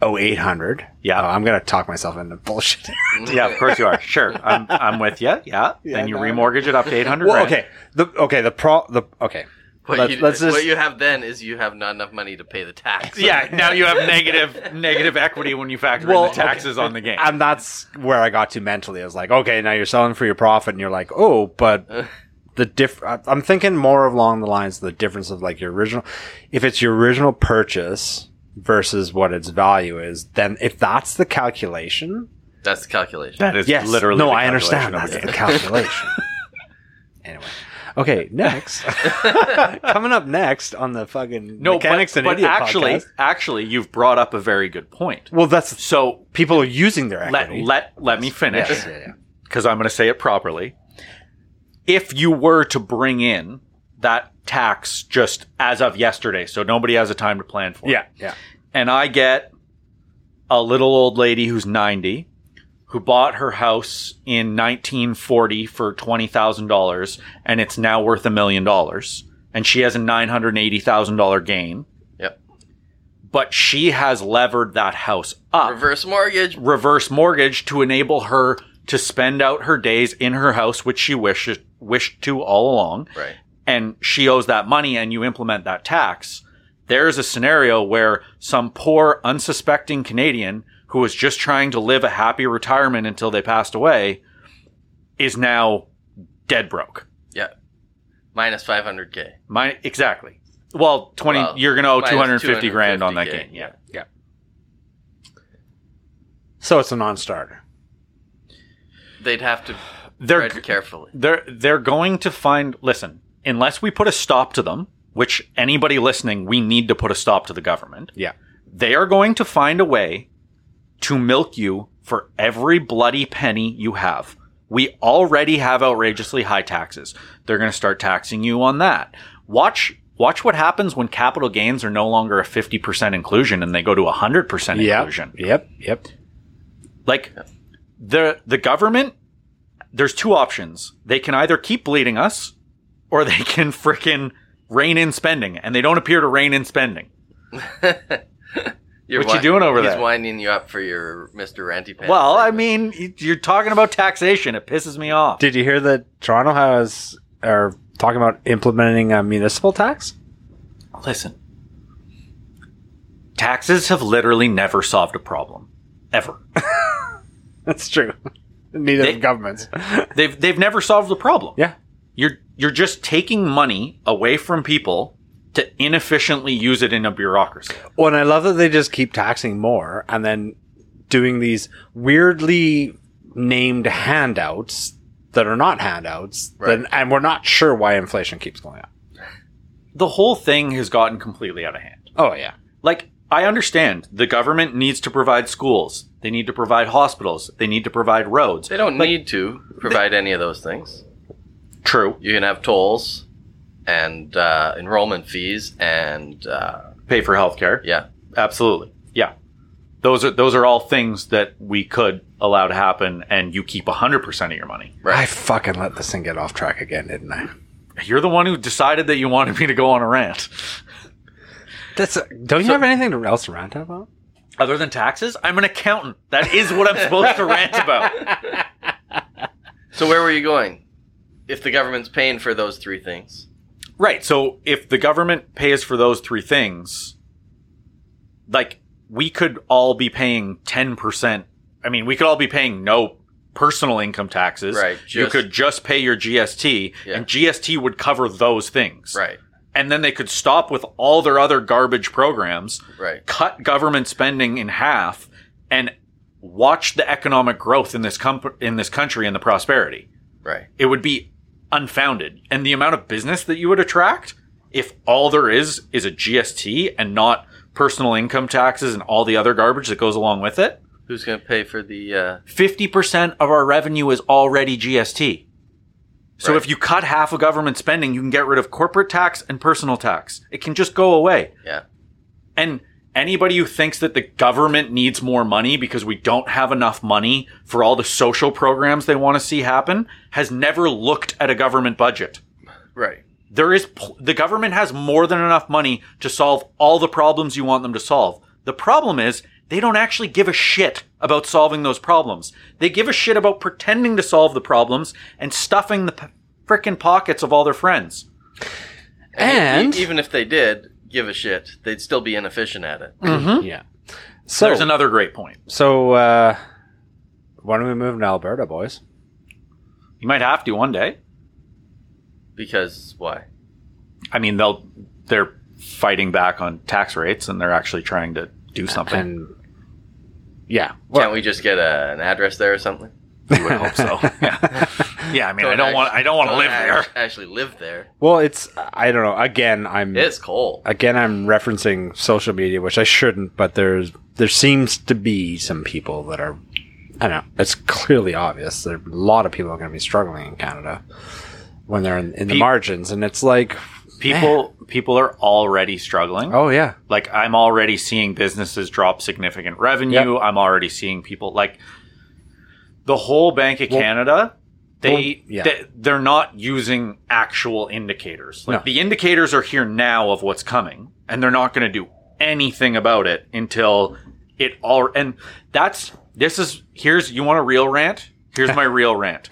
Speaker 1: owe 800.
Speaker 3: Yeah.
Speaker 1: Oh, I'm gonna talk myself into bullshit.
Speaker 3: Yeah, of course you are. Sure. I'm, I'm with you. Yeah.
Speaker 1: Yeah,
Speaker 3: then you
Speaker 1: no.
Speaker 3: remortgage it up to 800
Speaker 1: well,
Speaker 3: grand.
Speaker 1: okay. The okay. The pro. The okay.
Speaker 2: What,
Speaker 1: Let's-
Speaker 2: you,
Speaker 1: let's just-
Speaker 2: what you have then is you have not enough money to pay the tax.
Speaker 3: Yeah, now you have negative negative equity when you factor
Speaker 1: Well,
Speaker 3: in the taxes on the game.
Speaker 1: and that's where I got to mentally. I was like, okay, now you're selling for your profit, and you're like, oh, but
Speaker 3: Uh.
Speaker 1: the diff. I- I'm thinking more along the lines of the difference of like your original, if it's your original purchase versus what its value is, then if that's the calculation,
Speaker 2: That's the calculation.
Speaker 3: That is
Speaker 1: yes,
Speaker 3: literally
Speaker 1: no,
Speaker 3: the
Speaker 1: I understand that's
Speaker 3: calculation
Speaker 1: the
Speaker 3: of
Speaker 1: calculation. anyway, okay, next, coming up next on the fucking
Speaker 3: it. No,
Speaker 1: mechanics
Speaker 3: but,
Speaker 1: and
Speaker 3: but
Speaker 1: Idiot
Speaker 3: actually,
Speaker 1: podcast-
Speaker 3: actually, you've brought up a very good point.
Speaker 1: Well, that's
Speaker 3: So
Speaker 1: people are using their
Speaker 3: let
Speaker 1: equity.
Speaker 3: let let me finish
Speaker 1: Yes, yeah, yeah.
Speaker 3: because I'm going to say it properly. If you were to bring in that tax just as of yesterday, so nobody has a time to plan for. it.
Speaker 1: Yeah, yeah.
Speaker 3: and I get a little old lady who's 90 who bought her house in 1940 for $20,000 and it's now worth a million dollars and she has a $980,000 gain.
Speaker 2: Yep.
Speaker 3: but she has levered that house up
Speaker 2: Reverse mortgage.
Speaker 3: reverse mortgage to enable her to spend out her days in her house, which she wishes wished to all along.
Speaker 2: Right.
Speaker 3: And she owes that money, and you implement that tax. There's a scenario where some poor, unsuspecting Canadian who was just trying to live a happy retirement until they passed away is now dead broke.
Speaker 2: Minus 500K.
Speaker 3: My exactly. Well, twenty.
Speaker 2: Well,
Speaker 3: you're gonna owe
Speaker 2: minus
Speaker 3: two hundred fifty grand on that
Speaker 2: 250K,
Speaker 3: game. Yeah.
Speaker 1: Yeah. So it's a non-starter.
Speaker 2: They'd have to
Speaker 3: They're
Speaker 2: tread carefully.
Speaker 3: they're they're going to find listen unless we put a stop to them which anybody listening we need to put a stop to the government
Speaker 1: Yeah.
Speaker 3: they are going to find a way to milk you for every bloody penny you have we already have outrageously high taxes they're going to start taxing you on that watch watch what happens when capital gains are no longer a 50% inclusion and they go to 100% inclusion
Speaker 1: Yep. Yep.
Speaker 3: like the the government, there's two options. They can either keep bleeding us, or they can freaking rein in spending, and they don't appear to rein in spending.
Speaker 2: You're
Speaker 3: What you doing over
Speaker 2: he's
Speaker 3: there?
Speaker 2: He's winding you up for your Mr. Ranty Pants.
Speaker 3: well, I
Speaker 2: segment.
Speaker 3: mean, y- you're talking about taxation. It pisses me off.
Speaker 1: Did you hear that Toronto has are talking about implementing a municipal tax?
Speaker 3: Listen, taxes have literally never solved a problem, ever.
Speaker 1: That's true. Neither
Speaker 3: They-
Speaker 1: of governments.
Speaker 3: they've they've never solved the problem.
Speaker 1: yeah.
Speaker 3: You're you're just taking money away from people to inefficiently use it in a bureaucracy.
Speaker 1: Well, and I love that they just keep taxing more and then doing these weirdly named handouts that are not handouts.
Speaker 2: Right.
Speaker 1: that- and we're not sure why inflation keeps going up.
Speaker 3: the whole thing has gotten completely out of hand.
Speaker 1: Oh, yeah.
Speaker 3: Like, I understand the government needs to provide schools, they need to provide hospitals, they need to provide roads.
Speaker 2: they don't need to provide any of those things.
Speaker 3: True,
Speaker 2: You can have tolls and uh, enrollment fees and uh,
Speaker 3: pay for healthcare.
Speaker 2: yeah,
Speaker 3: Absolutely. Yeah. Those are those are all things that we could allow to happen and you keep 100% of your money.
Speaker 1: I
Speaker 2: right.
Speaker 1: fucking let this thing get off track again, didn't I?
Speaker 3: You're the one who decided that you wanted me to go on a rant.
Speaker 1: That's don't you have anything to- else to rant about?
Speaker 3: Other than taxes, I'm an accountant. That is what I'm supposed to rant about.
Speaker 2: So where were you going? If the government's paying for those three things,
Speaker 3: Right. So if the government pays for those three things, like we could all be paying 10%. I mean, we could all be paying no personal income taxes.
Speaker 2: Right,
Speaker 3: you
Speaker 2: just-
Speaker 3: could just pay your GST
Speaker 2: Yeah.
Speaker 3: and GST would cover those things.
Speaker 2: right,
Speaker 3: And then they could stop with all their other garbage programs,
Speaker 2: right,
Speaker 3: cut government spending in half and watch the economic growth in this com- in this country and the prosperity
Speaker 2: right.
Speaker 3: it would be unfounded. And the amount of business that you would attract, if all there is is a GST and not personal income taxes and all the other garbage that goes along with it,
Speaker 2: Who's going to pay for the? Uh,
Speaker 3: 50% of our revenue is already GST. So
Speaker 2: Right.
Speaker 3: if you cut half of government spending, you can get rid of corporate tax and personal tax. It can just go away.
Speaker 2: yeah,
Speaker 3: And anybody who thinks that the government needs more money because we don't have enough money for all the social programs they want to see happen has never looked at a government budget
Speaker 2: right.
Speaker 3: there is pl- the government has more than enough money to solve all the problems you want them to solve. The problem is they don't actually give a shit about solving those problems. They give a shit about pretending to solve the problems and stuffing the p- frickin' pockets of all their friends.
Speaker 1: And-
Speaker 2: e- even if they did give a shit, they'd still be inefficient at it.
Speaker 1: Yeah. Mm-hmm. So
Speaker 3: There's another great point.
Speaker 1: so uh, why don't we move to Alberta, boys?
Speaker 3: You might have to one day.
Speaker 2: Because why?
Speaker 3: I mean, they'll they're fighting back on tax rates and they're actually trying to do something.
Speaker 1: And yeah,
Speaker 2: Can't we just get a, an address there or something?
Speaker 3: you would hope so. Yeah. yeah, I mean, I don't
Speaker 2: act-
Speaker 3: want I don't want to live there.
Speaker 2: act- Actually, live there.
Speaker 1: Well, it's I don't know. Again, I'm
Speaker 2: It's cold.
Speaker 1: again I'm referencing social media, which I shouldn't, but there's there seems to be some people that are I don't know. It's clearly obvious that a lot of people are going to be struggling in Canada when they're in, in the
Speaker 3: Pe-
Speaker 1: margins, and it's like,
Speaker 3: People people are already struggling.
Speaker 1: oh yeah,
Speaker 3: like I'm already seeing businesses drop significant revenue. I'm already seeing people like the whole Bank of
Speaker 1: Well-
Speaker 3: Canada. They,
Speaker 1: Well, yeah.
Speaker 3: they they're not using actual indicators. Like
Speaker 1: No.
Speaker 3: the indicators are here now of what's coming, and they're not going to do anything about it until it all. And that's this is here's you want a real rant? Here's my real rant.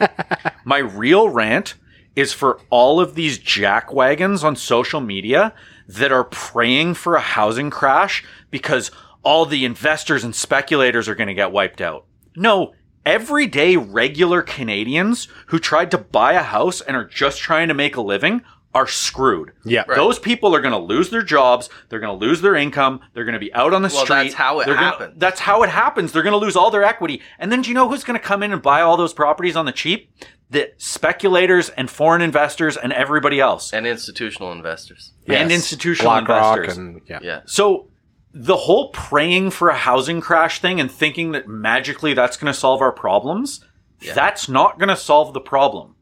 Speaker 3: My real rant is for all of these jackwagons on social media that are praying for a housing crash because all the investors and speculators are going to get wiped out. No, everyday regular Canadians who tried to buy a house and are just trying to make a living are screwed.
Speaker 1: Yeah. Right.
Speaker 3: Those people are going to lose their jobs, they're going to lose their income, they're going to be out on the
Speaker 2: Well,
Speaker 3: street.
Speaker 2: that's how it
Speaker 3: They're gonna-
Speaker 2: happens.
Speaker 3: that's how it happens. They're going to lose all their equity. And then do you know who's going to come in and buy all those properties on the cheap? The speculators and foreign investors and everybody else
Speaker 2: and institutional investors.
Speaker 3: and
Speaker 1: Yes.
Speaker 3: institutional
Speaker 1: BlackRock
Speaker 3: investors.
Speaker 1: and yeah.
Speaker 2: Yeah.
Speaker 3: so the whole praying for a housing crash thing and thinking that magically that's going to solve our problems,
Speaker 2: Yeah.
Speaker 3: that's not going to solve the problem.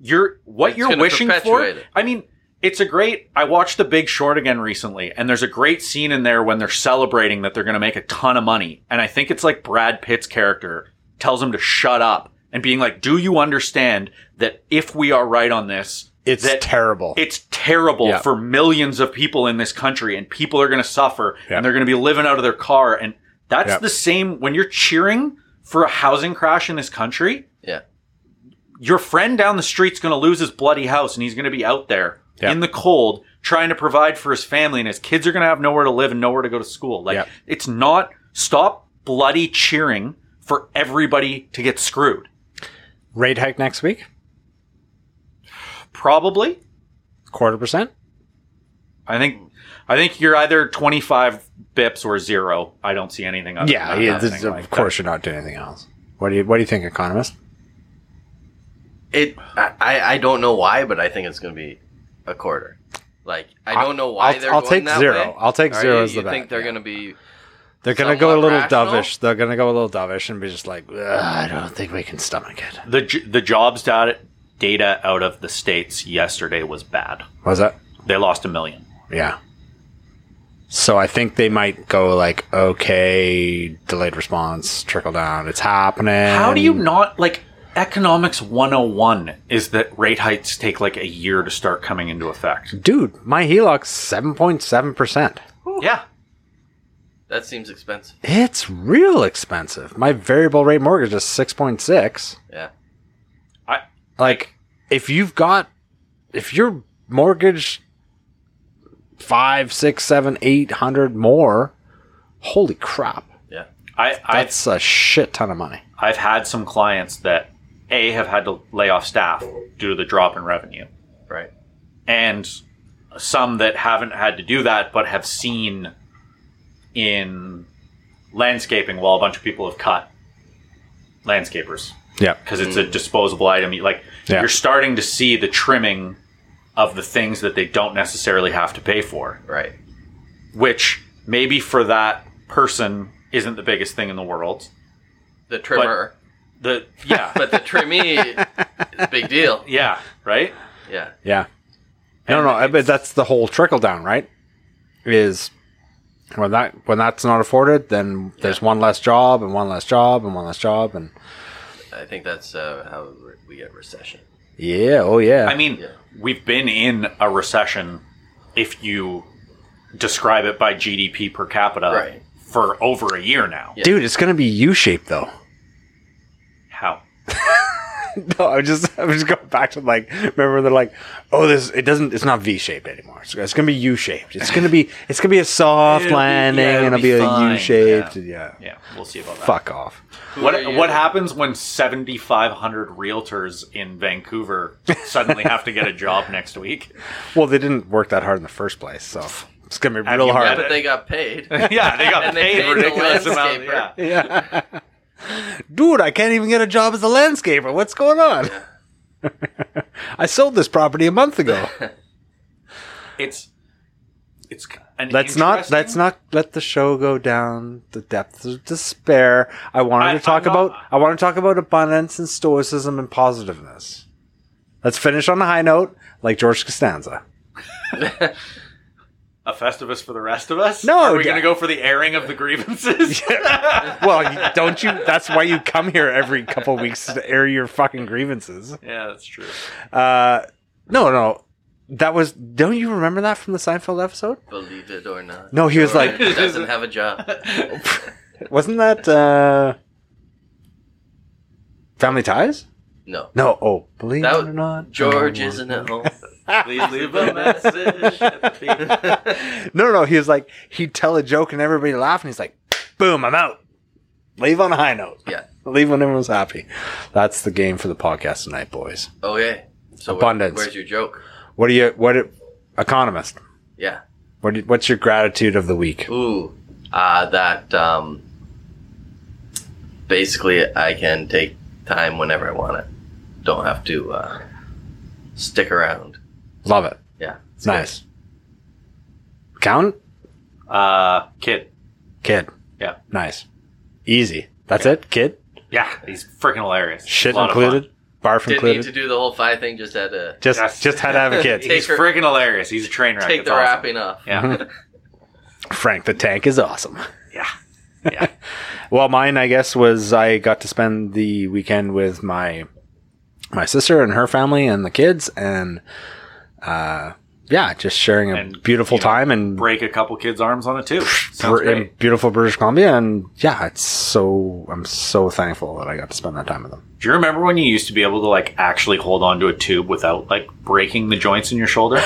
Speaker 3: You're what
Speaker 2: It's
Speaker 3: you're
Speaker 2: gonna
Speaker 3: wishing for.
Speaker 2: perpetuate it.
Speaker 3: I mean, it's a great. I watched The Big Short again recently, and there's a great scene in there when they're celebrating that they're going to make a ton of money, and I think it's like Brad Pitt's character tells him to shut up and being like, "Do you understand that if we are right on this,
Speaker 1: It's
Speaker 3: that
Speaker 1: terrible.
Speaker 3: it's terrible
Speaker 1: Yeah.
Speaker 3: for millions of people in this country and people are going to suffer
Speaker 1: Yeah.
Speaker 3: and they're going to be living out of their car and that's
Speaker 1: Yeah.
Speaker 3: the same when you're cheering for a housing crash in this country
Speaker 2: Yeah.
Speaker 3: your friend down the street's going to lose his bloody house and he's going to be out there
Speaker 1: Yeah.
Speaker 3: in the cold trying to provide for his family and his kids are going to have nowhere to live and nowhere to go to school like
Speaker 1: Yeah.
Speaker 3: it's not stop bloody cheering for everybody to get screwed
Speaker 1: Rate hike next week,
Speaker 3: probably
Speaker 1: quarter percent.
Speaker 3: I think I think you're either 25 bips or zero. I don't see anything other
Speaker 1: Yeah,
Speaker 3: than that
Speaker 1: yeah this-
Speaker 3: happening
Speaker 1: of
Speaker 3: like
Speaker 1: course you're not doing anything else. What do you What do you think, economist?
Speaker 2: It. I. I I don't know why, but I think it's going to be a quarter. Like I
Speaker 1: I'll-
Speaker 2: don't know why
Speaker 1: I'll-
Speaker 2: they're
Speaker 1: I'll
Speaker 2: going
Speaker 1: take
Speaker 2: that
Speaker 1: zero.
Speaker 2: way.
Speaker 1: I'll take
Speaker 2: Are
Speaker 1: zero
Speaker 2: you,
Speaker 1: as the
Speaker 2: you think
Speaker 1: bet,
Speaker 2: they're
Speaker 1: yeah.
Speaker 2: going to be?
Speaker 1: They're gonna go a
Speaker 2: Somewhat
Speaker 1: little
Speaker 2: rational?
Speaker 1: dovish. They're gonna go a little dovish and be just like, "Ugh, I don't think we can stomach it.
Speaker 3: that. The j- the jobs data data out of the states yesterday was bad.
Speaker 1: Was that?
Speaker 3: They lost a million.
Speaker 1: Yeah. So I think they might go like, okay, delayed response, trickle down. It's happening.
Speaker 3: How do you not like economics 101 is that rate hikes take like a year to start coming into effect.
Speaker 1: dude? My HELOC's seven point seven percent.
Speaker 3: Yeah.
Speaker 2: That seems expensive.
Speaker 1: It's real expensive. My variable rate mortgage is six point six.
Speaker 2: Yeah.
Speaker 1: like if you've got if your mortgage five six seven eight hundred more holy crap
Speaker 2: Yeah.
Speaker 3: I I
Speaker 1: that's a shit ton of money
Speaker 3: I've had some clients that a have had to lay off staff due to the drop in revenue.
Speaker 2: Right.
Speaker 3: and some that haven't had to do that but have seen in landscaping while a bunch of people have cut landscapers
Speaker 1: yeah
Speaker 3: because it's a disposable item You- like
Speaker 1: Yeah.
Speaker 3: you're starting to see the trimming of the things that they don't necessarily have to pay for
Speaker 2: Right.
Speaker 3: which maybe for that person isn't the biggest thing in the world
Speaker 2: The trimmer,
Speaker 3: the yeah
Speaker 2: but, the trimmee is a big deal.
Speaker 3: yeah right
Speaker 2: Yeah.
Speaker 1: yeah no
Speaker 3: And
Speaker 1: no I- but that's the whole trickle down right is when that when that's not afforded then there's one less job and one less job and one less job and
Speaker 2: I think that's uh, how re- we get recession.
Speaker 1: yeah oh yeah
Speaker 3: I mean,
Speaker 2: Yeah.
Speaker 3: we've been in a recession if you describe it by GDP per capita
Speaker 2: Right.
Speaker 3: for over a year now.
Speaker 2: Yeah.
Speaker 1: dude it's gonna be u-shaped though
Speaker 3: How?
Speaker 1: No, I'm just I'm just going back to like remember they're like, oh this it doesn't it's not V shaped anymore. It's, it's gonna be U shaped. It's gonna be it's gonna be a soft
Speaker 3: It'll be-
Speaker 1: landing
Speaker 3: yeah, it'll
Speaker 1: and it'll
Speaker 3: be
Speaker 1: be, a
Speaker 3: fine.
Speaker 1: U shaped. Yeah.
Speaker 3: Yeah, we'll see about that.
Speaker 1: Fuck off.
Speaker 2: Who are
Speaker 3: What
Speaker 2: you-
Speaker 3: what happens when 7500 realtors in Vancouver suddenly have to get a job next week?
Speaker 1: Well, they didn't work that hard in the first place, so it's gonna be real
Speaker 3: you
Speaker 2: Yeah,
Speaker 1: hard.
Speaker 2: but they got paid.
Speaker 3: yeah, they got
Speaker 2: And they
Speaker 3: paid,
Speaker 2: paid the
Speaker 3: ridiculous amount.
Speaker 2: landscaper.
Speaker 3: Yeah.
Speaker 1: Yeah. Dude, I can't even get a job as a landscaper. What's going on? I sold this property a month ago.
Speaker 3: It's it's an
Speaker 1: Let's not
Speaker 3: interesting-
Speaker 1: let's not let the show go down the depths of despair. I wanted
Speaker 3: I-
Speaker 1: to talk
Speaker 3: I'm not-
Speaker 1: about I want to talk about abundance and stoicism and positiveness. Let's finish on a high note, like George Costanza.
Speaker 3: a festivus for the rest of us.
Speaker 1: No,
Speaker 3: are we
Speaker 1: yeah.
Speaker 3: going to go for the airing of the grievances?
Speaker 1: Well, you- don't you? That's why you come here every couple weeks to air your fucking grievances.
Speaker 3: yeah, that's true.
Speaker 1: Uh, no, no. That was. Don't you remember that from the Seinfeld episode?
Speaker 2: Believe it or not.
Speaker 1: No, he was
Speaker 2: Jordan
Speaker 3: like-
Speaker 2: doesn't have a job.
Speaker 1: Wasn't that uh, Family Ties?
Speaker 2: No.
Speaker 1: No. Oh, believe
Speaker 2: That
Speaker 1: it
Speaker 2: was-
Speaker 1: or not,
Speaker 2: George
Speaker 1: John
Speaker 2: isn't at
Speaker 1: Lennon.
Speaker 2: home. Please leave a message. at the-
Speaker 1: no, no, no. He was like, he'd tell a joke and everybody laughed, and he's like, boom, I'm out. Leave on a high note.
Speaker 2: yeah.
Speaker 1: Leave when everyone's happy. That's the game for the podcast tonight, boys.
Speaker 2: Okay. Oh, So wh-
Speaker 1: Abundance.
Speaker 2: where's your joke?
Speaker 1: What do you? What do- economist?
Speaker 2: Yeah.
Speaker 1: What do, you- what's your gratitude of the week?
Speaker 2: Ooh. Uh, that um, basically I can take time whenever I want it. Don't have to uh, stick around.
Speaker 1: Love it.
Speaker 2: Yeah. it's
Speaker 1: nice. Count
Speaker 3: Uh, kid.
Speaker 1: kid.
Speaker 3: Yeah.
Speaker 1: Nice. Easy. That's it. Kid.
Speaker 3: Yeah, he's freaking hilarious.
Speaker 1: Shit
Speaker 3: A lot of fun.
Speaker 1: included. Barf
Speaker 2: good. Didn't need
Speaker 1: included.
Speaker 2: to do the whole five thing. Just had to
Speaker 1: just
Speaker 3: Yes.
Speaker 1: just had to have a kid.
Speaker 2: Take
Speaker 3: He's
Speaker 2: her-
Speaker 3: freaking hilarious. He's a train wreck.
Speaker 2: take
Speaker 3: It's
Speaker 2: the
Speaker 3: awesome.
Speaker 2: wrapping off.
Speaker 3: Yeah,
Speaker 1: Frank the Tank is awesome.
Speaker 3: yeah.
Speaker 1: Well, mine, I guess, was I got to spend the weekend with my my sister and her family and the kids, and uh, yeah, just sharing a
Speaker 3: And,
Speaker 1: beautiful
Speaker 3: you know,
Speaker 1: time and
Speaker 3: Break a couple kids' arms on it too. Sounds
Speaker 1: br- in
Speaker 3: great.
Speaker 1: beautiful British Columbia, and yeah, it's so I'm so thankful that I got to spend that time with them.
Speaker 3: Do you remember when you used to be able to like actually hold onto a tube without like breaking the joints in your shoulder?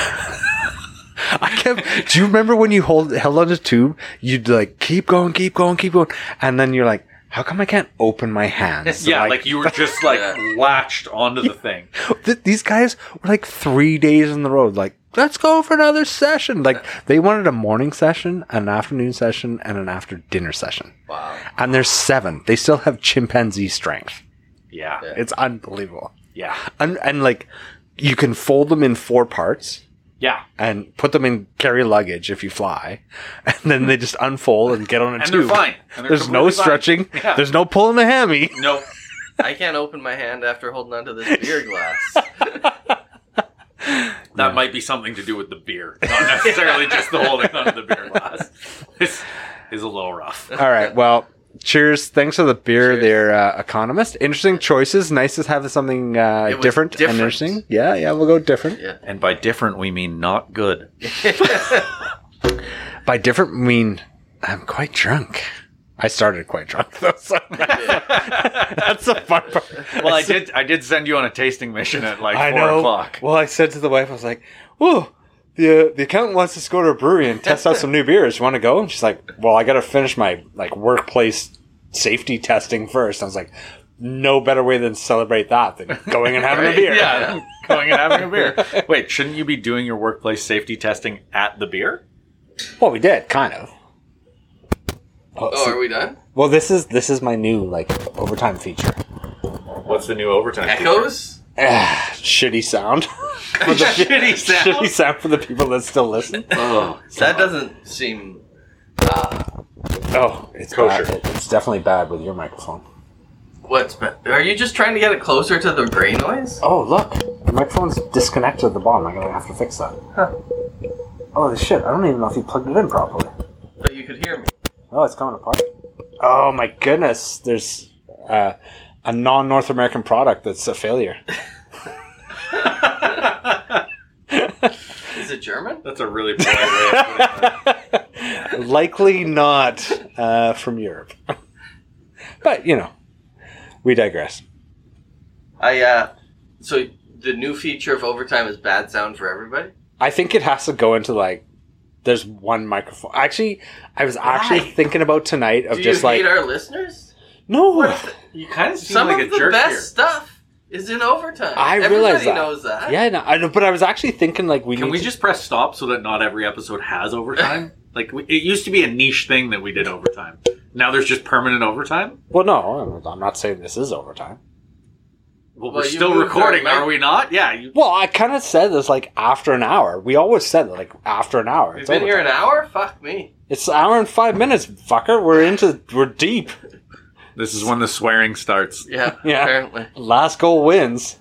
Speaker 1: I kept. do you remember when you hold held on to tube? You'd like keep going, keep going, keep going, and then you're like, how come I can't open my hands?
Speaker 3: yeah, like, you were just like
Speaker 2: Yeah.
Speaker 3: latched onto the thing.
Speaker 1: Th- these guys were like three days on the road. Like, let's go for another session. Like, they wanted a morning session, an afternoon session, and an after dinner session.
Speaker 2: Wow.
Speaker 1: And there's seven. They still have chimpanzee strength.
Speaker 3: Yeah,
Speaker 2: Yeah.
Speaker 1: It's unbelievable.
Speaker 3: yeah,
Speaker 1: And, and like, you can fold them in four parts
Speaker 3: yeah.
Speaker 1: and put them in carry luggage if you fly. And then they just unfold and get on a
Speaker 3: And
Speaker 1: tube.
Speaker 3: they're fine. And they're
Speaker 1: There's no
Speaker 3: completely fine.
Speaker 1: stretching.
Speaker 3: Yeah.
Speaker 1: There's no pulling a hammy.
Speaker 3: Nope.
Speaker 2: I can't open my hand after holding onto this beer glass.
Speaker 3: That might be something to do with the beer, not necessarily just the holding onto the beer glass. This is a little rough.
Speaker 1: All right. Well, cheers. Thanks for the beer,
Speaker 2: Cheers.
Speaker 1: there, uh, economist. Interesting choices. Nice to have something uh,
Speaker 2: It was
Speaker 1: different,
Speaker 2: different.
Speaker 1: and interesting. Yeah, yeah. We'll go different.
Speaker 2: yeah.
Speaker 3: And by different, we mean not good.
Speaker 1: By different, I mean I'm quite drunk. I started quite drunk though. So that's the fun part.
Speaker 3: Well, I
Speaker 1: said-
Speaker 3: did. I did send you on a tasting mission at like
Speaker 1: I
Speaker 3: four
Speaker 1: know.
Speaker 3: o'clock.
Speaker 1: Well, I said to the wife, I was like, "Ooh." The, uh, the accountant wants us to go to a brewery and test out some new beers. You want to go? And she's like, "Well, I got to finish my like workplace safety testing first. I was like, "No better way than celebrate that than going and having a
Speaker 2: Right.
Speaker 1: beer."
Speaker 3: Yeah, going and having a beer. Wait, shouldn't you be doing your workplace safety testing at the beer?
Speaker 1: Well, we did kind of. Oh,
Speaker 2: Oh,
Speaker 1: so-
Speaker 2: are we done?
Speaker 1: well, this is this is my new like overtime feature.
Speaker 3: What's the new overtime?
Speaker 2: Echoes?
Speaker 1: Ah, shitty sound. For the-
Speaker 3: Shitty sound?
Speaker 1: Shitty sound for the people that still listen.
Speaker 2: Oh, that doesn't seem. Uh,
Speaker 1: Oh, it's
Speaker 3: Kosher.
Speaker 1: bad. It's definitely bad with your microphone.
Speaker 2: what's be- Are you just trying to get it closer to the gray noise?
Speaker 1: Oh, look, the microphone's disconnected at the bottom. I'm gonna have to fix that.
Speaker 2: Huh.
Speaker 1: Oh shit! I don't even know if you plugged it in properly.
Speaker 2: But you could hear me.
Speaker 1: Oh, it's coming apart. Oh my goodness! There's uh, a non-North American product that's a failure.
Speaker 2: Is it German?
Speaker 3: That's a really polite way of putting that.
Speaker 1: Likely not uh, from Europe. but, you know, we digress.
Speaker 2: I, uh. So the new feature of overtime is bad sound for everybody?
Speaker 1: I think it has to go into like, there's one microphone. Actually, I was actually
Speaker 2: Why?
Speaker 1: thinking about tonight of
Speaker 2: Do you
Speaker 1: just like,
Speaker 2: hate our listeners?
Speaker 1: no.
Speaker 3: You kind of seem
Speaker 2: Some
Speaker 3: like
Speaker 2: of
Speaker 3: a
Speaker 2: the
Speaker 3: jerk
Speaker 2: best
Speaker 3: here.
Speaker 2: stuff is in overtime.
Speaker 1: I
Speaker 2: everybody
Speaker 1: realize that.
Speaker 2: knows that.
Speaker 1: Yeah, no, I know, but I was actually thinking like we
Speaker 3: Can
Speaker 1: need
Speaker 3: we
Speaker 1: to-
Speaker 3: just press stop so that not every episode has overtime? like we, it used to be a niche thing that we did overtime. Now there's just permanent overtime.
Speaker 1: well, no, I'm not saying this is overtime.
Speaker 3: Well,
Speaker 2: Well,
Speaker 3: we're
Speaker 2: you
Speaker 3: still
Speaker 2: moved our
Speaker 3: recording,
Speaker 2: mic-
Speaker 3: are we not? Yeah. You,
Speaker 1: Well, I kind of said this like after an hour. We always said like after an hour.
Speaker 2: We've
Speaker 1: It's,
Speaker 2: been here
Speaker 1: overtime.
Speaker 2: an hour? Fuck me.
Speaker 1: it's an hour and five minutes, fucker. We're into, we're deep.
Speaker 3: this is when the swearing starts.
Speaker 2: Yeah,
Speaker 1: Yeah.
Speaker 2: apparently.
Speaker 1: Last goal wins.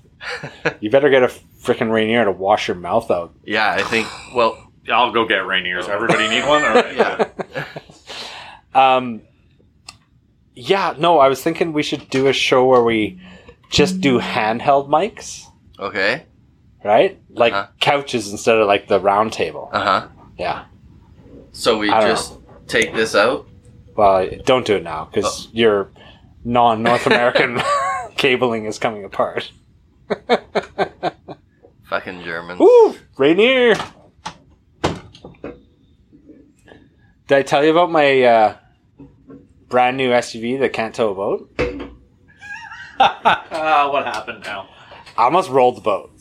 Speaker 1: you better get a freaking Rainier to wash your mouth out.
Speaker 2: Yeah, I think. Well,
Speaker 3: I'll go get Rainier's. Everybody need one. All right.
Speaker 2: Yeah.
Speaker 1: Um, yeah, no, I was thinking we should do a show where we just do handheld mics
Speaker 2: okay.
Speaker 1: right? Like
Speaker 2: Uh-huh.
Speaker 1: couches instead of like the round table.
Speaker 2: Uh huh.
Speaker 1: Yeah.
Speaker 2: So we
Speaker 1: I don't
Speaker 2: just take this out.
Speaker 1: Well, don't do it now because your non North American cabling is coming apart.
Speaker 2: Fucking Germans.
Speaker 1: Woo! Rainier! Did I tell you about my uh, brand new SUV that can't tow a boat?
Speaker 3: Ah, what happened now?
Speaker 1: I almost rolled the boat.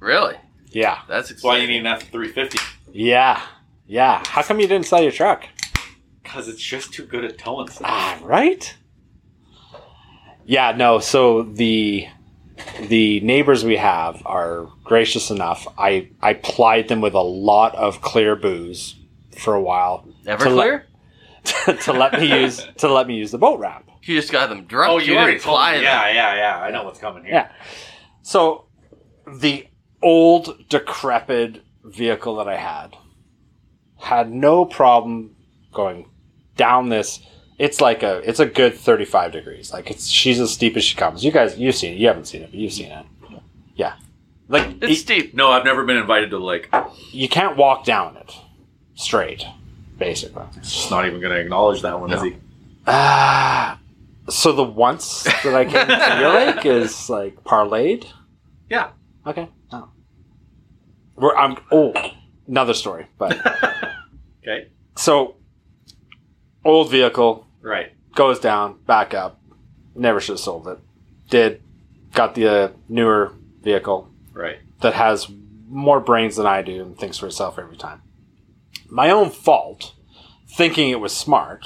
Speaker 2: Really?
Speaker 1: Yeah.
Speaker 2: That's
Speaker 3: That's
Speaker 2: exciting.
Speaker 3: why you need an F three fifty
Speaker 1: Yeah. Yeah. How come you didn't sell your truck?
Speaker 3: because it's just too good at towing stuff.
Speaker 1: Ah, right? Yeah, no. So the the neighbors we have are gracious enough. I I plied them with a lot of clear booze for a while
Speaker 2: Everclear?
Speaker 1: to let me use to let me use the boat ramp.
Speaker 2: You just got them drunk.
Speaker 3: Oh, you, already
Speaker 2: didn't
Speaker 3: told
Speaker 2: fly
Speaker 3: me.
Speaker 2: them.
Speaker 3: Yeah, yeah, yeah. I know what's coming here.
Speaker 1: Yeah. So the old decrepit vehicle that I had had no problem going down this it's like a it's a good 35 degrees like it's she's as steep as she comes you guys you've seen it you haven't seen it but you've seen it yeah like
Speaker 2: It's
Speaker 1: it-
Speaker 2: steep.
Speaker 3: No, I've never been invited to the lake.
Speaker 1: you can't walk down it straight basically
Speaker 3: Just not even going to acknowledge that one,
Speaker 2: No.
Speaker 3: is he?
Speaker 1: ah so the once that i came to your lake is like parlayed
Speaker 3: Yeah.
Speaker 1: Okay. Oh. We're, I'm. Oh, another story. But
Speaker 3: Okay.
Speaker 1: so, old vehicle
Speaker 3: Right.
Speaker 1: goes down, back up. Never should have sold it. Did. Got the uh, newer vehicle
Speaker 3: Right.
Speaker 1: that has more brains than I do and thinks for itself every time. My own fault, thinking it was smart,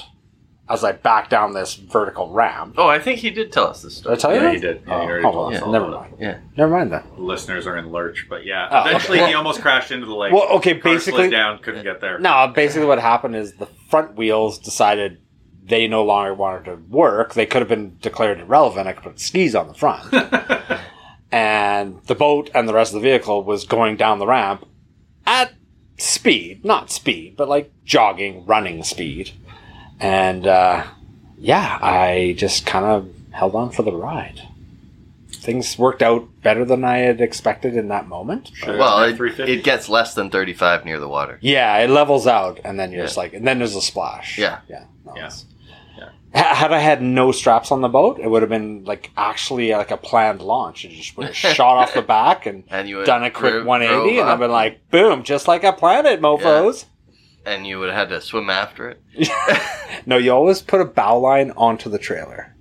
Speaker 1: as I backed down this vertical ramp.
Speaker 2: Oh, I think he did tell us this
Speaker 1: Did I
Speaker 2: story.
Speaker 1: tell you?
Speaker 3: Yeah,
Speaker 1: that?
Speaker 3: he did. Yeah,
Speaker 1: Oh,
Speaker 3: he already
Speaker 1: oh,
Speaker 3: told
Speaker 1: well,
Speaker 3: us all
Speaker 1: never
Speaker 3: about
Speaker 1: mind.
Speaker 2: Yeah.
Speaker 1: Never mind that.
Speaker 3: The listeners are in lurch, but yeah.
Speaker 1: Oh,
Speaker 3: Eventually,
Speaker 1: okay.
Speaker 3: he almost crashed into the lake.
Speaker 1: Well, okay.
Speaker 3: Car slid
Speaker 1: Basically,
Speaker 3: down, couldn't get there.
Speaker 1: No, basically what happened is the front wheels decided they no longer wanted to work. They could have been declared irrelevant. I could put skis on the front. and the boat and the rest of the vehicle was going down the ramp at speed. Not speed, but like jogging, running speed. And uh, yeah, I just kind of held on for the ride. Things worked out better than I had expected in that moment.
Speaker 3: Sure.
Speaker 2: Well,
Speaker 3: There's
Speaker 2: it,
Speaker 3: no 350.
Speaker 2: it gets less than 35 near the water.
Speaker 1: Yeah, it levels out, and then you're
Speaker 2: Yeah.
Speaker 1: just like, and then there's a splash.
Speaker 2: Yeah.
Speaker 1: yeah, no,
Speaker 3: Yeah.
Speaker 1: it's-
Speaker 3: Yeah.
Speaker 1: Ha- Had I had no straps on the boat, it would have been like actually like a planned launch. It just would have shot off the back and
Speaker 2: And you would
Speaker 1: done a quick
Speaker 2: dro-
Speaker 1: 180,
Speaker 2: drove
Speaker 1: and I've
Speaker 2: up,
Speaker 1: been like, boom, just like I planned it, mofo's.
Speaker 2: and you would have had to swim after it.
Speaker 1: No, you always put a bow line onto the trailer.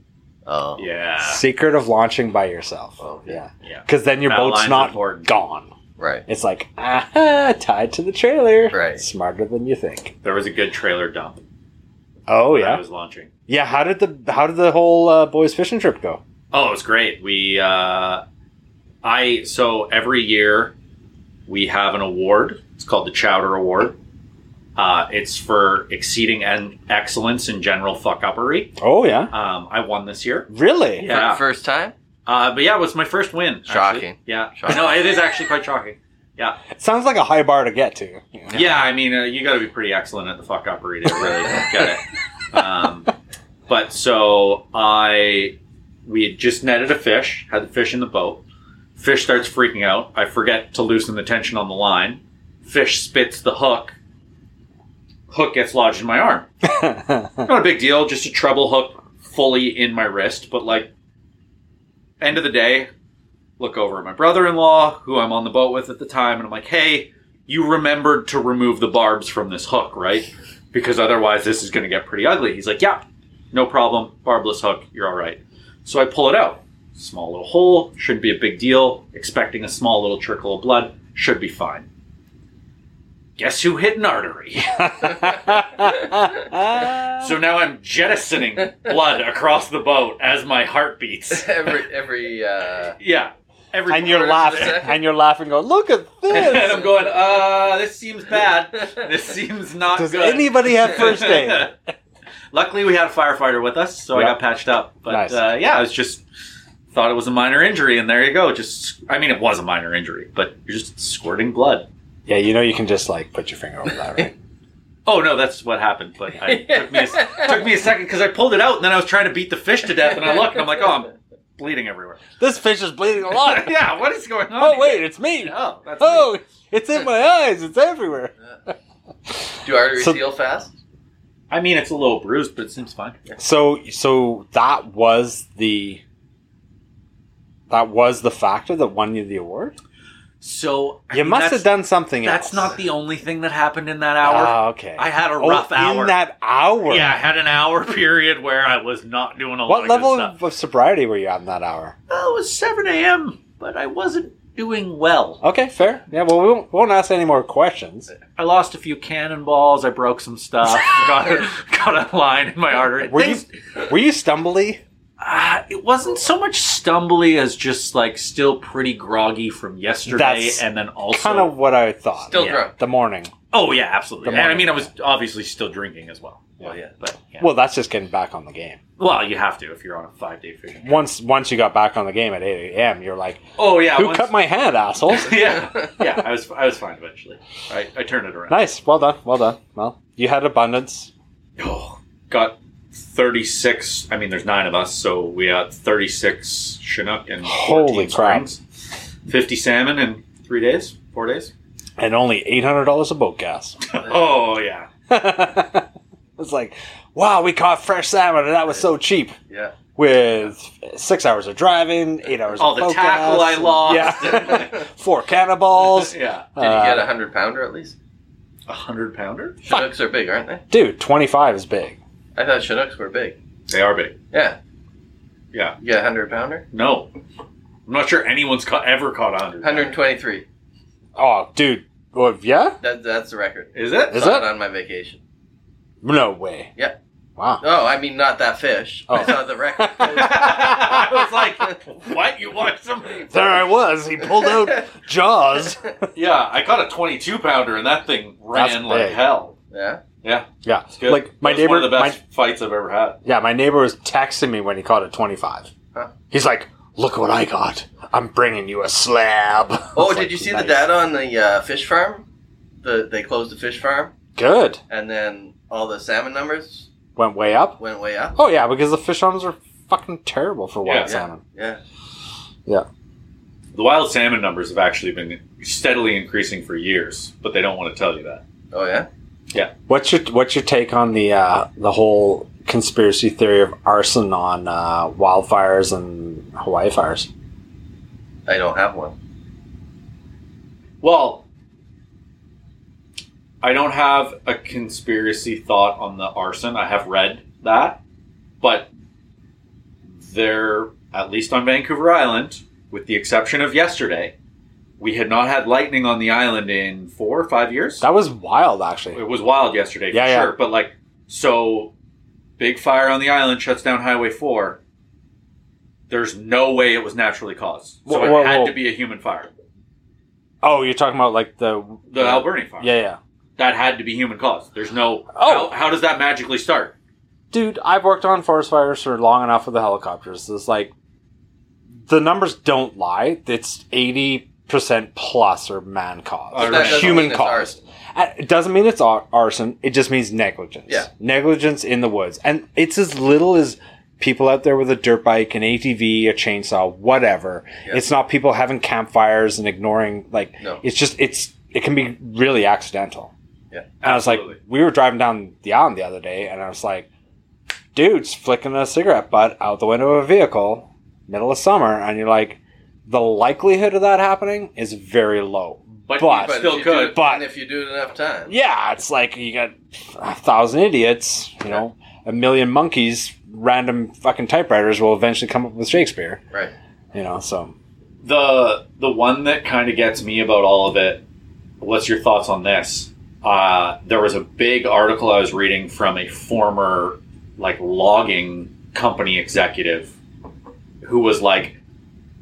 Speaker 2: Oh.
Speaker 3: yeah.
Speaker 1: Secret of launching by yourself.
Speaker 2: Oh, yeah.
Speaker 1: yeah,
Speaker 3: Yeah.
Speaker 1: because then your
Speaker 3: Bow
Speaker 1: boat's
Speaker 3: line's
Speaker 1: not
Speaker 3: important.
Speaker 1: gone.
Speaker 2: Right.
Speaker 1: It's like aha, tied to the trailer.
Speaker 2: Right.
Speaker 1: smarter than you think.
Speaker 3: There was a good trailer dump.
Speaker 1: Oh
Speaker 3: when I
Speaker 1: yeah,
Speaker 3: was launching.
Speaker 1: yeah. How did the how did the whole uh, boys fishing trip go?
Speaker 3: Oh, it was great. We, uh, I, so every year we have an award. It's called the Chowder Award. Uh, it's for exceeding en- excellence in general fuck uppery.
Speaker 1: Oh yeah,
Speaker 3: Um, I won this year.
Speaker 1: really?
Speaker 2: For
Speaker 3: Yeah.
Speaker 2: the first time?
Speaker 3: Uh, but yeah, it was my first win. actually.
Speaker 2: Shocking.
Speaker 3: Yeah.
Speaker 2: Shocking.
Speaker 3: No, it is actually quite shocking. Yeah.
Speaker 1: It sounds like a high bar to get to.
Speaker 3: Yeah, I mean, uh, you got to be pretty excellent at the fuck uppery to really get it. Um, but so I, we had just netted a fish, had the fish in the boat. Fish starts freaking out. I forget to loosen the tension on the line. Fish spits the hook. Hook gets lodged in my arm. Not a big deal, just a treble hook fully in my wrist, but like end of the day, look over at my brother-in-law, who I'm on the boat with at the time, and I'm like, "Hey, you remembered to remove the barbs from this hook, right? Because otherwise this is going to get pretty ugly." He's like, "Yeah, no problem. Barbless hook, you're all right." So I pull it out. Small little hole, shouldn't be a big deal. Expecting a small little trickle of blood, should be fine. Guess who hit an artery? So now I'm jettisoning blood across the boat as my heart beats.
Speaker 2: Every, every, uh,
Speaker 3: Yeah. Every
Speaker 1: and you're laughing, and you're laughing, going, "Look at
Speaker 3: and I'm
Speaker 1: this!
Speaker 3: going, uh, this seems bad. This seems not
Speaker 1: Does
Speaker 3: good.
Speaker 1: anybody have first aid?"
Speaker 3: Luckily, we had a firefighter with us, so I
Speaker 1: Yeah.
Speaker 3: got patched up. But
Speaker 1: Nice.
Speaker 3: uh, yeah, I was just thought it was a minor injury, and there you go. Just, I mean, it was a minor injury, but you're just squirting blood.
Speaker 1: yeah, you know you can just like put your finger over that, right?
Speaker 3: Oh no, that's what happened. But I, took, me a, took me a second because I pulled it out, and then I was trying to beat the fish to death, and I looked, and I'm like, oh, I'm bleeding everywhere.
Speaker 1: This fish is bleeding a lot.
Speaker 3: yeah, what is going on?
Speaker 1: oh
Speaker 3: here?
Speaker 1: wait, it's me.
Speaker 3: Oh, that's me.
Speaker 1: Oh, it's in my eyes. It's everywhere.
Speaker 2: Do arteries
Speaker 1: So-
Speaker 2: heal fast?
Speaker 3: I mean, it's a little bruised, but it seems fine.
Speaker 1: So so that was the that was the factor that won you the award.
Speaker 3: So I
Speaker 1: You
Speaker 3: mean,
Speaker 1: must
Speaker 3: that's-
Speaker 1: have done something
Speaker 3: That's
Speaker 1: else.
Speaker 3: not the only thing that happened in that hour.
Speaker 1: Ah, okay.
Speaker 3: I had a
Speaker 1: Oh,
Speaker 3: rough hour.
Speaker 1: in that hour.
Speaker 3: Yeah, I had an hour period where I was not doing a lot.
Speaker 1: What
Speaker 3: of
Speaker 1: level
Speaker 3: Good stuff.
Speaker 1: of sobriety were you on that hour?
Speaker 3: Oh, it was seven a.m., but I wasn't doing well.
Speaker 1: Okay, fair. Yeah. Well, we won't, we won't ask any more questions.
Speaker 3: I lost a few cannonballs. I broke some stuff. got, a, got a line in my artery.
Speaker 1: Were
Speaker 3: Things-
Speaker 1: you were you stumbly?
Speaker 3: Ah, it wasn't so much stumbly as just like still pretty groggy from yesterday,
Speaker 1: That's
Speaker 3: and then also
Speaker 1: Kind of what I thought.
Speaker 2: Still
Speaker 3: Yeah.
Speaker 2: drunk.
Speaker 1: The morning.
Speaker 3: Oh yeah, absolutely.
Speaker 1: The
Speaker 3: And I
Speaker 1: morning.
Speaker 3: mean, I was obviously still drinking as well.
Speaker 2: Well, yeah.
Speaker 3: But yeah.
Speaker 1: Well, that's just getting back on the game.
Speaker 3: well, you have to if you're on a five day fishing.
Speaker 1: Once once you got back on the game at eight a.m., you're like,
Speaker 3: Oh yeah,
Speaker 1: "Who
Speaker 3: once-
Speaker 1: cut my hand, assholes?"
Speaker 3: yeah, yeah. I was I was fine eventually. I, I turned it around.
Speaker 1: nice. Well done. Well done. Well, you had abundance.
Speaker 3: Oh, got thirty six. I mean, there's nine of us, so we got thirty six Chinook and 14
Speaker 1: Holy crap.
Speaker 3: Springs. fifty salmon in three days, four days.
Speaker 1: and only eight hundred dollars of boat gas.
Speaker 3: Oh yeah.
Speaker 1: it's like, wow, we caught fresh salmon, and that was so cheap.
Speaker 2: Yeah.
Speaker 1: With six hours of driving, eight hours
Speaker 3: All
Speaker 1: of
Speaker 3: the
Speaker 1: boat
Speaker 3: tackle I
Speaker 1: gas,
Speaker 3: lost.
Speaker 1: yeah, four cannonballs.
Speaker 3: yeah.
Speaker 2: Did you get
Speaker 1: Uh,
Speaker 2: a hundred pounder at least?
Speaker 3: A hundred pounder?
Speaker 2: Chinooks are big, aren't they?
Speaker 1: dude, twenty five is big.
Speaker 2: I thought Chinooks were big.
Speaker 3: They are big.
Speaker 2: Yeah.
Speaker 3: Yeah.
Speaker 2: You get a hundred pounder?
Speaker 3: No. I'm not sure anyone's ca- ever caught a hundred.
Speaker 2: Hundred and twenty three.
Speaker 1: Oh, dude, well, yeah,
Speaker 2: That that's the record.
Speaker 3: Is it?
Speaker 1: Is
Speaker 2: saw
Speaker 1: it?
Speaker 2: on my vacation?
Speaker 1: no way.
Speaker 2: Yeah.
Speaker 1: Wow.
Speaker 2: Oh, I mean not that fish.
Speaker 1: Oh.
Speaker 2: I saw the record.
Speaker 3: I was like, what? You watched somebody?
Speaker 1: There I was. He pulled out Jaws.
Speaker 3: Yeah, I caught a 22 pounder and that thing ran
Speaker 1: That's
Speaker 3: like
Speaker 1: big.
Speaker 3: hell.
Speaker 2: yeah.
Speaker 3: Yeah,
Speaker 1: Yeah,
Speaker 3: it's good.
Speaker 1: like my
Speaker 3: That was
Speaker 1: neighbor.
Speaker 3: one of the
Speaker 1: my-
Speaker 3: best fights I've ever had.
Speaker 1: Yeah, my neighbor was texting me when he caught a 25.
Speaker 2: Huh.
Speaker 1: He's like, look what I got. I'm bringing you a slab.
Speaker 2: Oh,
Speaker 1: It's
Speaker 2: did
Speaker 1: like,
Speaker 2: you see
Speaker 1: nice.
Speaker 2: the dad on the uh, fish farm? The they closed the fish farm,
Speaker 1: Good.
Speaker 2: and then all the salmon numbers
Speaker 1: Went way up.
Speaker 2: went way up.
Speaker 1: Oh, yeah, because the fish arms are fucking terrible for wild
Speaker 3: Yeah.
Speaker 1: salmon.
Speaker 2: Yeah.
Speaker 3: The wild salmon numbers have actually been steadily increasing for years, but they don't want to tell you that.
Speaker 2: Oh yeah.
Speaker 1: What's your What's your take on the uh, the whole conspiracy theory of arson on uh, wildfires and Hawaii fires?
Speaker 2: I don't have one.
Speaker 3: Well, I don't have a conspiracy thought on the arson. I have read that, but there, at least on Vancouver Island, with the exception of yesterday, we had not had lightning on the island in four or five years.
Speaker 1: That was wild, actually.
Speaker 3: It was wild yesterday, for
Speaker 1: Yeah, yeah.
Speaker 3: sure. But like, so big fire on the island shuts down Highway Four. There's no way it was naturally caused. So
Speaker 1: Whoa, whoa,
Speaker 3: it had
Speaker 1: whoa.
Speaker 3: to be a human fire.
Speaker 1: Oh, you're talking about like the
Speaker 3: The Alberni fire.
Speaker 1: Yeah, yeah.
Speaker 3: that had to be human caused. There's no.
Speaker 1: Oh.
Speaker 3: How, how does that magically start?
Speaker 1: dude, I've worked on forest fires for long enough with the helicopters. It's like the numbers don't lie. It's eighty percent plus or man
Speaker 3: Oh,
Speaker 1: caused,
Speaker 3: right.
Speaker 1: or
Speaker 2: That doesn't
Speaker 1: human
Speaker 2: mean it's
Speaker 1: caused.
Speaker 2: arson.
Speaker 1: Uh, It doesn't mean it's ar- arson. It just means negligence.
Speaker 2: Yeah.
Speaker 1: negligence in the woods, and it's as little as people out there with a dirt bike, an ATV, a chainsaw, whatever.
Speaker 2: Yeah.
Speaker 1: It's not people having campfires and ignoring like.
Speaker 2: No.
Speaker 1: It's just it's it can be really accidental.
Speaker 2: Yeah.
Speaker 1: And I was like,
Speaker 3: Absolutely.
Speaker 1: we were driving down the island the other day, and I was like, dude's flicking a cigarette butt out the window of a vehicle, middle of summer, and you're like, the likelihood of that happening is very low.
Speaker 3: But,
Speaker 1: But-
Speaker 3: but
Speaker 2: But
Speaker 3: still
Speaker 2: if you do
Speaker 3: could.
Speaker 2: it-
Speaker 1: but-
Speaker 2: and if you do it enough time,
Speaker 1: Yeah, it's like you got a thousand idiots, you know, a million monkeys, random fucking typewriters will eventually come up with Shakespeare,
Speaker 2: right?
Speaker 1: you know, so.
Speaker 3: the the one that kind of gets me about all of it. What's your thoughts on this? Uh, there was a big article I was reading from a former like logging company executive who was like,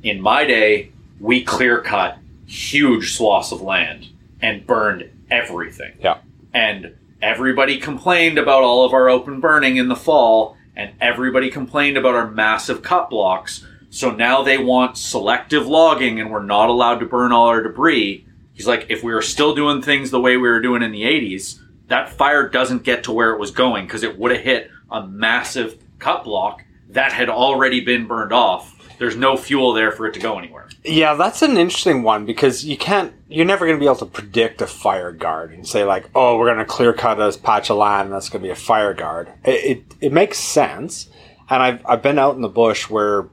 Speaker 3: "In my day, we clear cut huge swaths of land and burned everything."
Speaker 1: Yeah.
Speaker 3: and everybody complained about all of our open burning in the fall, and everybody complained about our massive cut blocks. So now they want selective logging and we're not allowed to burn all our debris. He's like, if we were still doing things the way we were doing in the 80s, that fire doesn't get to where it was going because it would have hit a massive cut block that had already been burned off. there's no fuel there for it to go anywhere.
Speaker 1: Yeah, that's an interesting one because you can't. You're never going to be able to predict a fire guard and say like, "Oh, we're going to clear cut this patch of land, and that's going to be a fire guard." It, it it makes sense, and I've I've been out in the bush where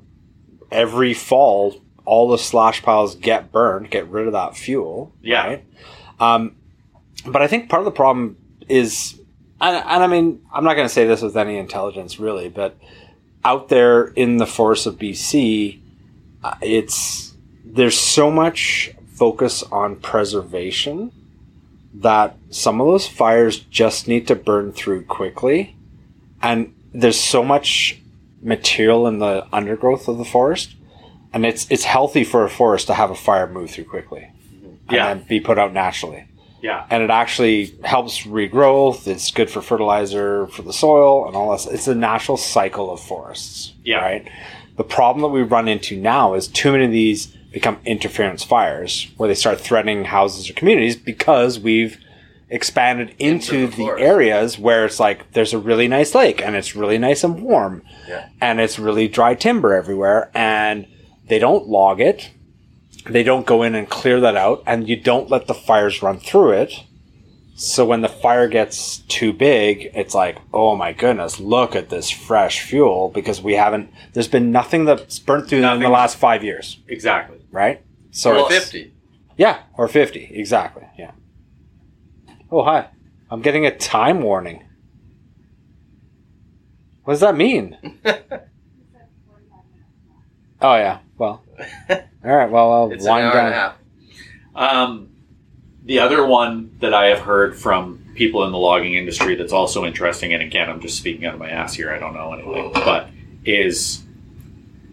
Speaker 1: every fall all the slash piles get burned, get rid of that fuel.
Speaker 3: Yeah.
Speaker 1: Um, but I think part of the problem is, and, and I mean, I'm not going to say this with any intelligence really, but out there in the forests of BC, uh, it's there's so much focus on preservation that some of those fires just need to burn through quickly, and there's so much material in the undergrowth of the forest, and it's it's healthy for a forest to have a fire move through quickly, and
Speaker 3: Yeah.
Speaker 1: then be put out naturally
Speaker 3: Yeah.
Speaker 1: and it actually helps regrowth. It's good for fertilizer for the soil and all this. It's a natural cycle of forests.
Speaker 3: Yeah.
Speaker 1: Right. The problem that we run into now is too many of these become interference fires where they start threatening houses or communities because we've expanded into,
Speaker 2: Into the
Speaker 1: the,
Speaker 2: forest.
Speaker 1: areas where it's like there's a really nice lake and it's really nice and warm
Speaker 2: Yeah.
Speaker 1: and it's really dry timber everywhere and they don't log it they don't go in and clear that out and you don't let the fires run through it so when the fire gets too big it's like oh my goodness look at this fresh fuel because we haven't there's been nothing that's burnt through in the
Speaker 3: Nothing.
Speaker 1: last five years
Speaker 3: Exactly.
Speaker 1: right so
Speaker 2: Or
Speaker 1: it's-
Speaker 2: 50.
Speaker 1: yeah or 50 exactly yeah oh hi i'm getting a time warning what does that mean oh yeah well all right well i'll
Speaker 2: It's an
Speaker 1: wind
Speaker 2: hour
Speaker 1: down
Speaker 2: and a half.
Speaker 3: Um, the other one that I have heard from people in the logging industry that's also interesting, and again, I'm just speaking out of my ass here, I don't know anything, but is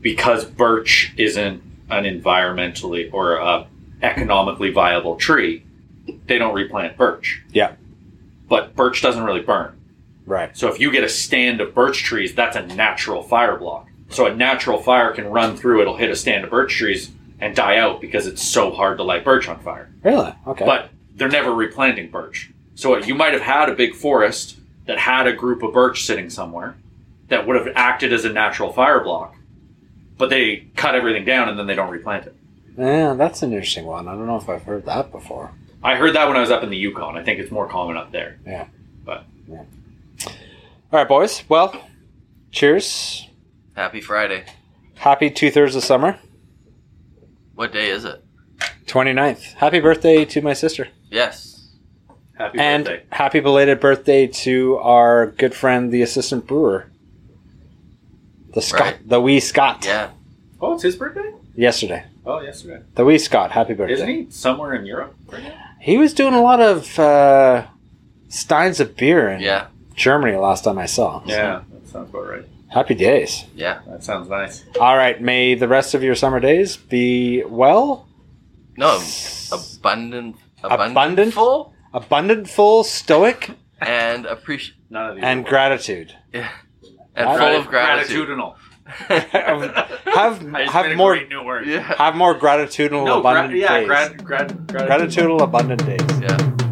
Speaker 3: because birch isn't an environmentally or a economically viable tree, they don't replant birch.
Speaker 1: Yeah.
Speaker 3: But birch doesn't really burn.
Speaker 1: Right.
Speaker 3: So if you get a stand of birch trees, that's a natural fire block. So a natural fire can run through, it'll hit a stand of birch trees and die out because it's so hard to light birch on fire.
Speaker 1: Really? Okay.
Speaker 3: But they're never replanting birch. So you might have had a big forest that had a group of birch sitting somewhere that would have acted as a natural fire block, but they cut everything down and then they don't replant it.
Speaker 1: yeah, that's an interesting one. I don't know if I've heard that before.
Speaker 3: I heard that when I was up in the Yukon. I think it's more common up there.
Speaker 1: Yeah.
Speaker 3: But
Speaker 1: All right, boys. Well, cheers.
Speaker 2: Happy Friday.
Speaker 1: Happy two thirds of summer.
Speaker 2: What day is it?
Speaker 1: 29th. Happy birthday to my sister.
Speaker 2: Yes.
Speaker 3: happy
Speaker 1: and
Speaker 3: birthday.
Speaker 1: happy belated birthday to our good friend, the assistant brewer. The Scott,
Speaker 2: Right.
Speaker 1: the wee Scott.
Speaker 2: Yeah.
Speaker 3: Oh, it's his birthday?
Speaker 1: Yesterday.
Speaker 3: Oh, yesterday.
Speaker 1: The wee Scott. Happy birthday.
Speaker 3: Isn't he somewhere in Europe right now?
Speaker 1: He was doing a lot of uh, steins of beer in
Speaker 2: Yeah.
Speaker 1: Germany last time I saw. him.
Speaker 3: Yeah, that sounds about right.
Speaker 1: Happy days.
Speaker 2: Yeah.
Speaker 3: That sounds nice.
Speaker 1: All right. May the rest of your summer days be well,
Speaker 2: No. Abundant. Abundant.
Speaker 1: Abundant?
Speaker 2: Full
Speaker 1: abundant, full, stoic,
Speaker 2: and appreciate.
Speaker 3: None of these.
Speaker 1: and
Speaker 3: are-
Speaker 1: gratitude.
Speaker 2: And
Speaker 1: Grat-
Speaker 2: full of gratitude.
Speaker 3: Gratitudinal.
Speaker 1: have have more
Speaker 3: new word.
Speaker 2: Yeah.
Speaker 1: have more gratitudinal
Speaker 3: No, gra-
Speaker 1: abundant
Speaker 3: yeah,
Speaker 1: days.
Speaker 3: grat- grat- gratitude.
Speaker 1: gratitudinal abundant days.
Speaker 2: Yeah.